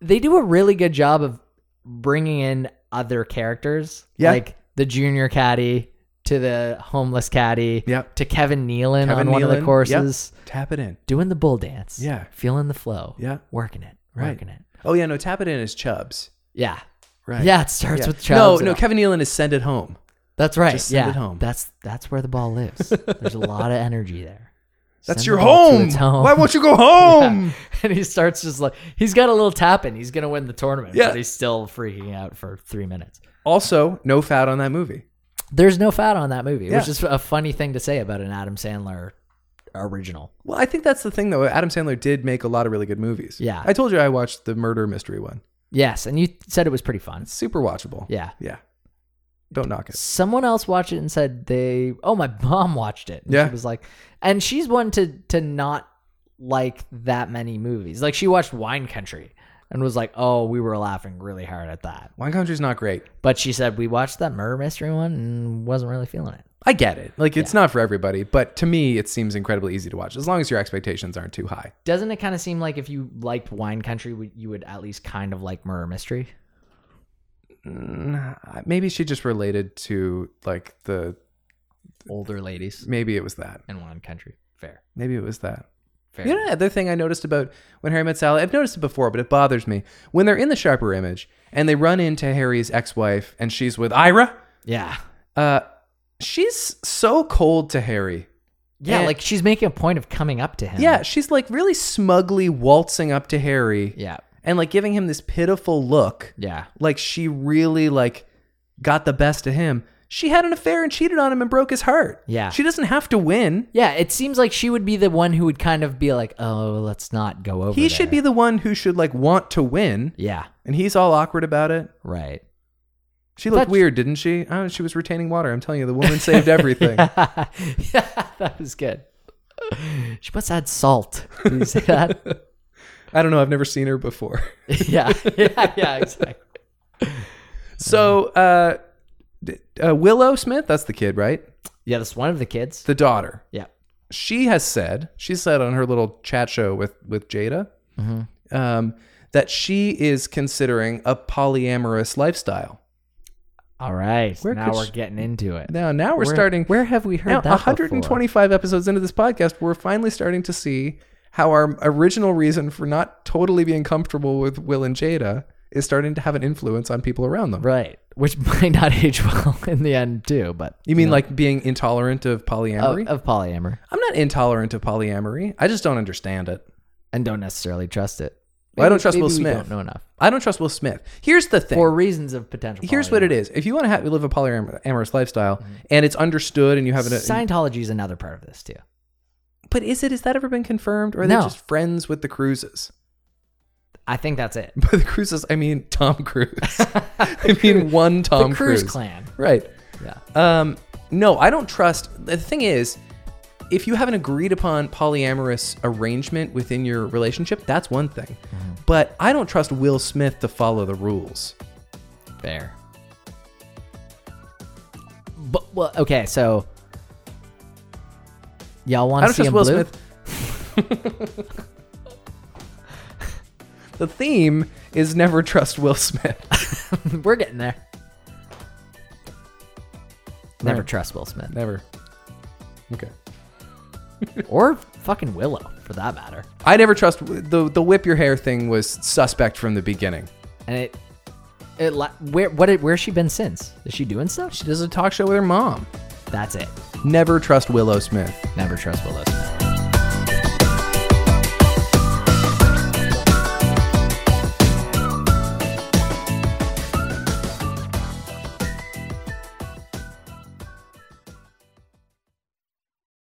B: They do a really good job of bringing in other characters.
A: Yeah.
B: Like the junior caddy to the homeless caddy
A: Yep.
B: to Kevin Nealon
A: Kevin
B: on one of
A: Nealon,
B: the
A: yep.
B: courses
A: Tap it in.
B: doing the bull dance.
A: Yeah.
B: Feeling the flow.
A: Yeah.
B: Working it.
A: Right.
B: Working it.
A: Oh yeah, no, tap it in is Chubbs.
B: Yeah.
A: Right.
B: Yeah, it starts
A: Yeah.
B: with Chubbs.
A: No, no,
B: and-
A: Kevin Nealon is send it home.
B: that's right.
A: just send
B: yeah,
A: it home.
B: That's that's where the ball lives. There's a lot of energy there.
A: That's
B: Send
A: your
B: the ball to
A: home.
B: its home.
A: Why won't you go home?
B: and he starts just like he's got a little tap in. He's gonna win the tournament,
A: Yeah.
B: but he's still freaking out for three minutes.
A: Also, no fat on that movie.
B: There's no fat on that movie, which
A: Yeah.
B: is a funny thing to say about an Adam Sandler original.
A: Well, I think that's the thing though. Adam Sandler did make a lot of really good movies.
B: Yeah.
A: I told you I watched the murder mystery one.
B: Yes, and you said it was pretty fun.
A: It's super watchable.
B: Yeah.
A: Yeah. Don't knock it.
B: Someone else watched it and said they. Oh, my mom watched it. And
A: Yeah.
B: she was like, and she's one to to not like that many movies. Like she watched Wine Country and was like, oh, we were laughing really hard at that.
A: Wine Country's not great.
B: But she said we watched that murder mystery one and wasn't really feeling it.
A: I get it. Like it's not for everybody, but to me it seems incredibly easy to watch as long as your expectations aren't too high.
B: Doesn't it kind of seem like if you liked Wine Country, would- you would at least kind of like murder mystery?
A: Mm, Maybe she just related to like the
B: Older ladies
A: maybe it was that.
B: and Wine Country. Fair,
A: Maybe it was that.
B: fair.
A: You know, another thing I noticed about when Harry met Sally, I've noticed it before, but it bothers me. When they're in the sharper image and they run into Harry's ex wife and she's with Ira,
B: Yeah,
A: uh, she's so cold to Harry.
B: yeah.
A: And-
B: like she's making a point of coming up to him.
A: Yeah, she's like really smugly waltzing up to Harry
B: yeah,
A: and like giving him this pitiful look.
B: yeah.
A: Like she really like got the best of him. She had an affair and cheated on him and broke his heart.
B: Yeah.
A: She doesn't have to win.
B: Yeah, it seems like she would be the one who would kind of be like, "Oh, let's not go over."
A: He should be
B: there."
A: the one who should like want to win.
B: Yeah,
A: And he's all awkward about it.
B: right.
A: She looked
B: That's-
A: weird, didn't she? Oh, she was retaining water. I'm telling you, the woman saved everything.
B: yeah, that was good. She must add salt. Did you say that?
A: I don't know. I've never seen her before.
B: yeah, yeah, yeah. Exactly.
A: So, uh, d- uh, Willow Smith, that's the kid, right?
B: Yeah, that's one of the kids.
A: The daughter.
B: Yeah,
A: She has said, she said on her little chat show with, with Jada, um, that she is considering a polyamorous lifestyle.
B: All right.
A: Where
B: now
A: could
B: we're
A: sh-
B: getting into it.
A: Now, now we're
B: Where-
A: starting.
B: Where have we heard
A: now,
B: that?
A: 125 episodes into this podcast, we're finally starting to see how our original reason for not totally being comfortable with Will and Jada is starting to have an influence on people around them.
B: before? Right. Which might not age well in the end, too, but.
A: You mean like being intolerant of polyamory?
B: Of, of polyamory.
A: I'm not intolerant of polyamory. I just don't understand it.
B: And don't necessarily trust it.
A: Well, I don't trust
B: maybe
A: Will
B: we
A: Smith.
B: don't know enough.
A: I don't trust Will Smith. Here's the thing.
B: For reasons of potential.
A: Here's what it is. If you want to have, live a polyamorous lifestyle
B: Mm-hmm.
A: and it's understood and you have an
B: Scientology is another part of this, too.
A: But is it? Has that ever been confirmed? Or are they
B: No.
A: just friends with the Cruises?
B: I think that's it.
A: By the Cruises, I mean Tom Cruise. I mean one Tom
B: the Cruise
A: Cruise.
B: Clan.
A: Right.
B: Yeah.
A: Um, no, I don't trust. The thing is, if you have an agreed upon polyamorous arrangement within your relationship, that's one thing.
B: Mm-hmm.
A: But I don't trust Will Smith to follow the rules.
B: Fair. But well, okay, so y'all want
A: I
B: to
A: don't
B: see
A: trust
B: him
A: Will
B: blue?
A: Smith. the theme is never trust Will Smith.
B: We're getting there. Never
A: Right.
B: trust Will Smith
A: never. Okay.
B: or fucking Willow, for that matter.
A: I never trust the the whip your hair thing was suspect from the beginning.
B: And it, it la- where what it, where's she been since? Is she doing stuff?
A: She does a talk show with her mom.
B: That's it.
A: Never trust Willow Smith.
B: Never trust Willow Smith.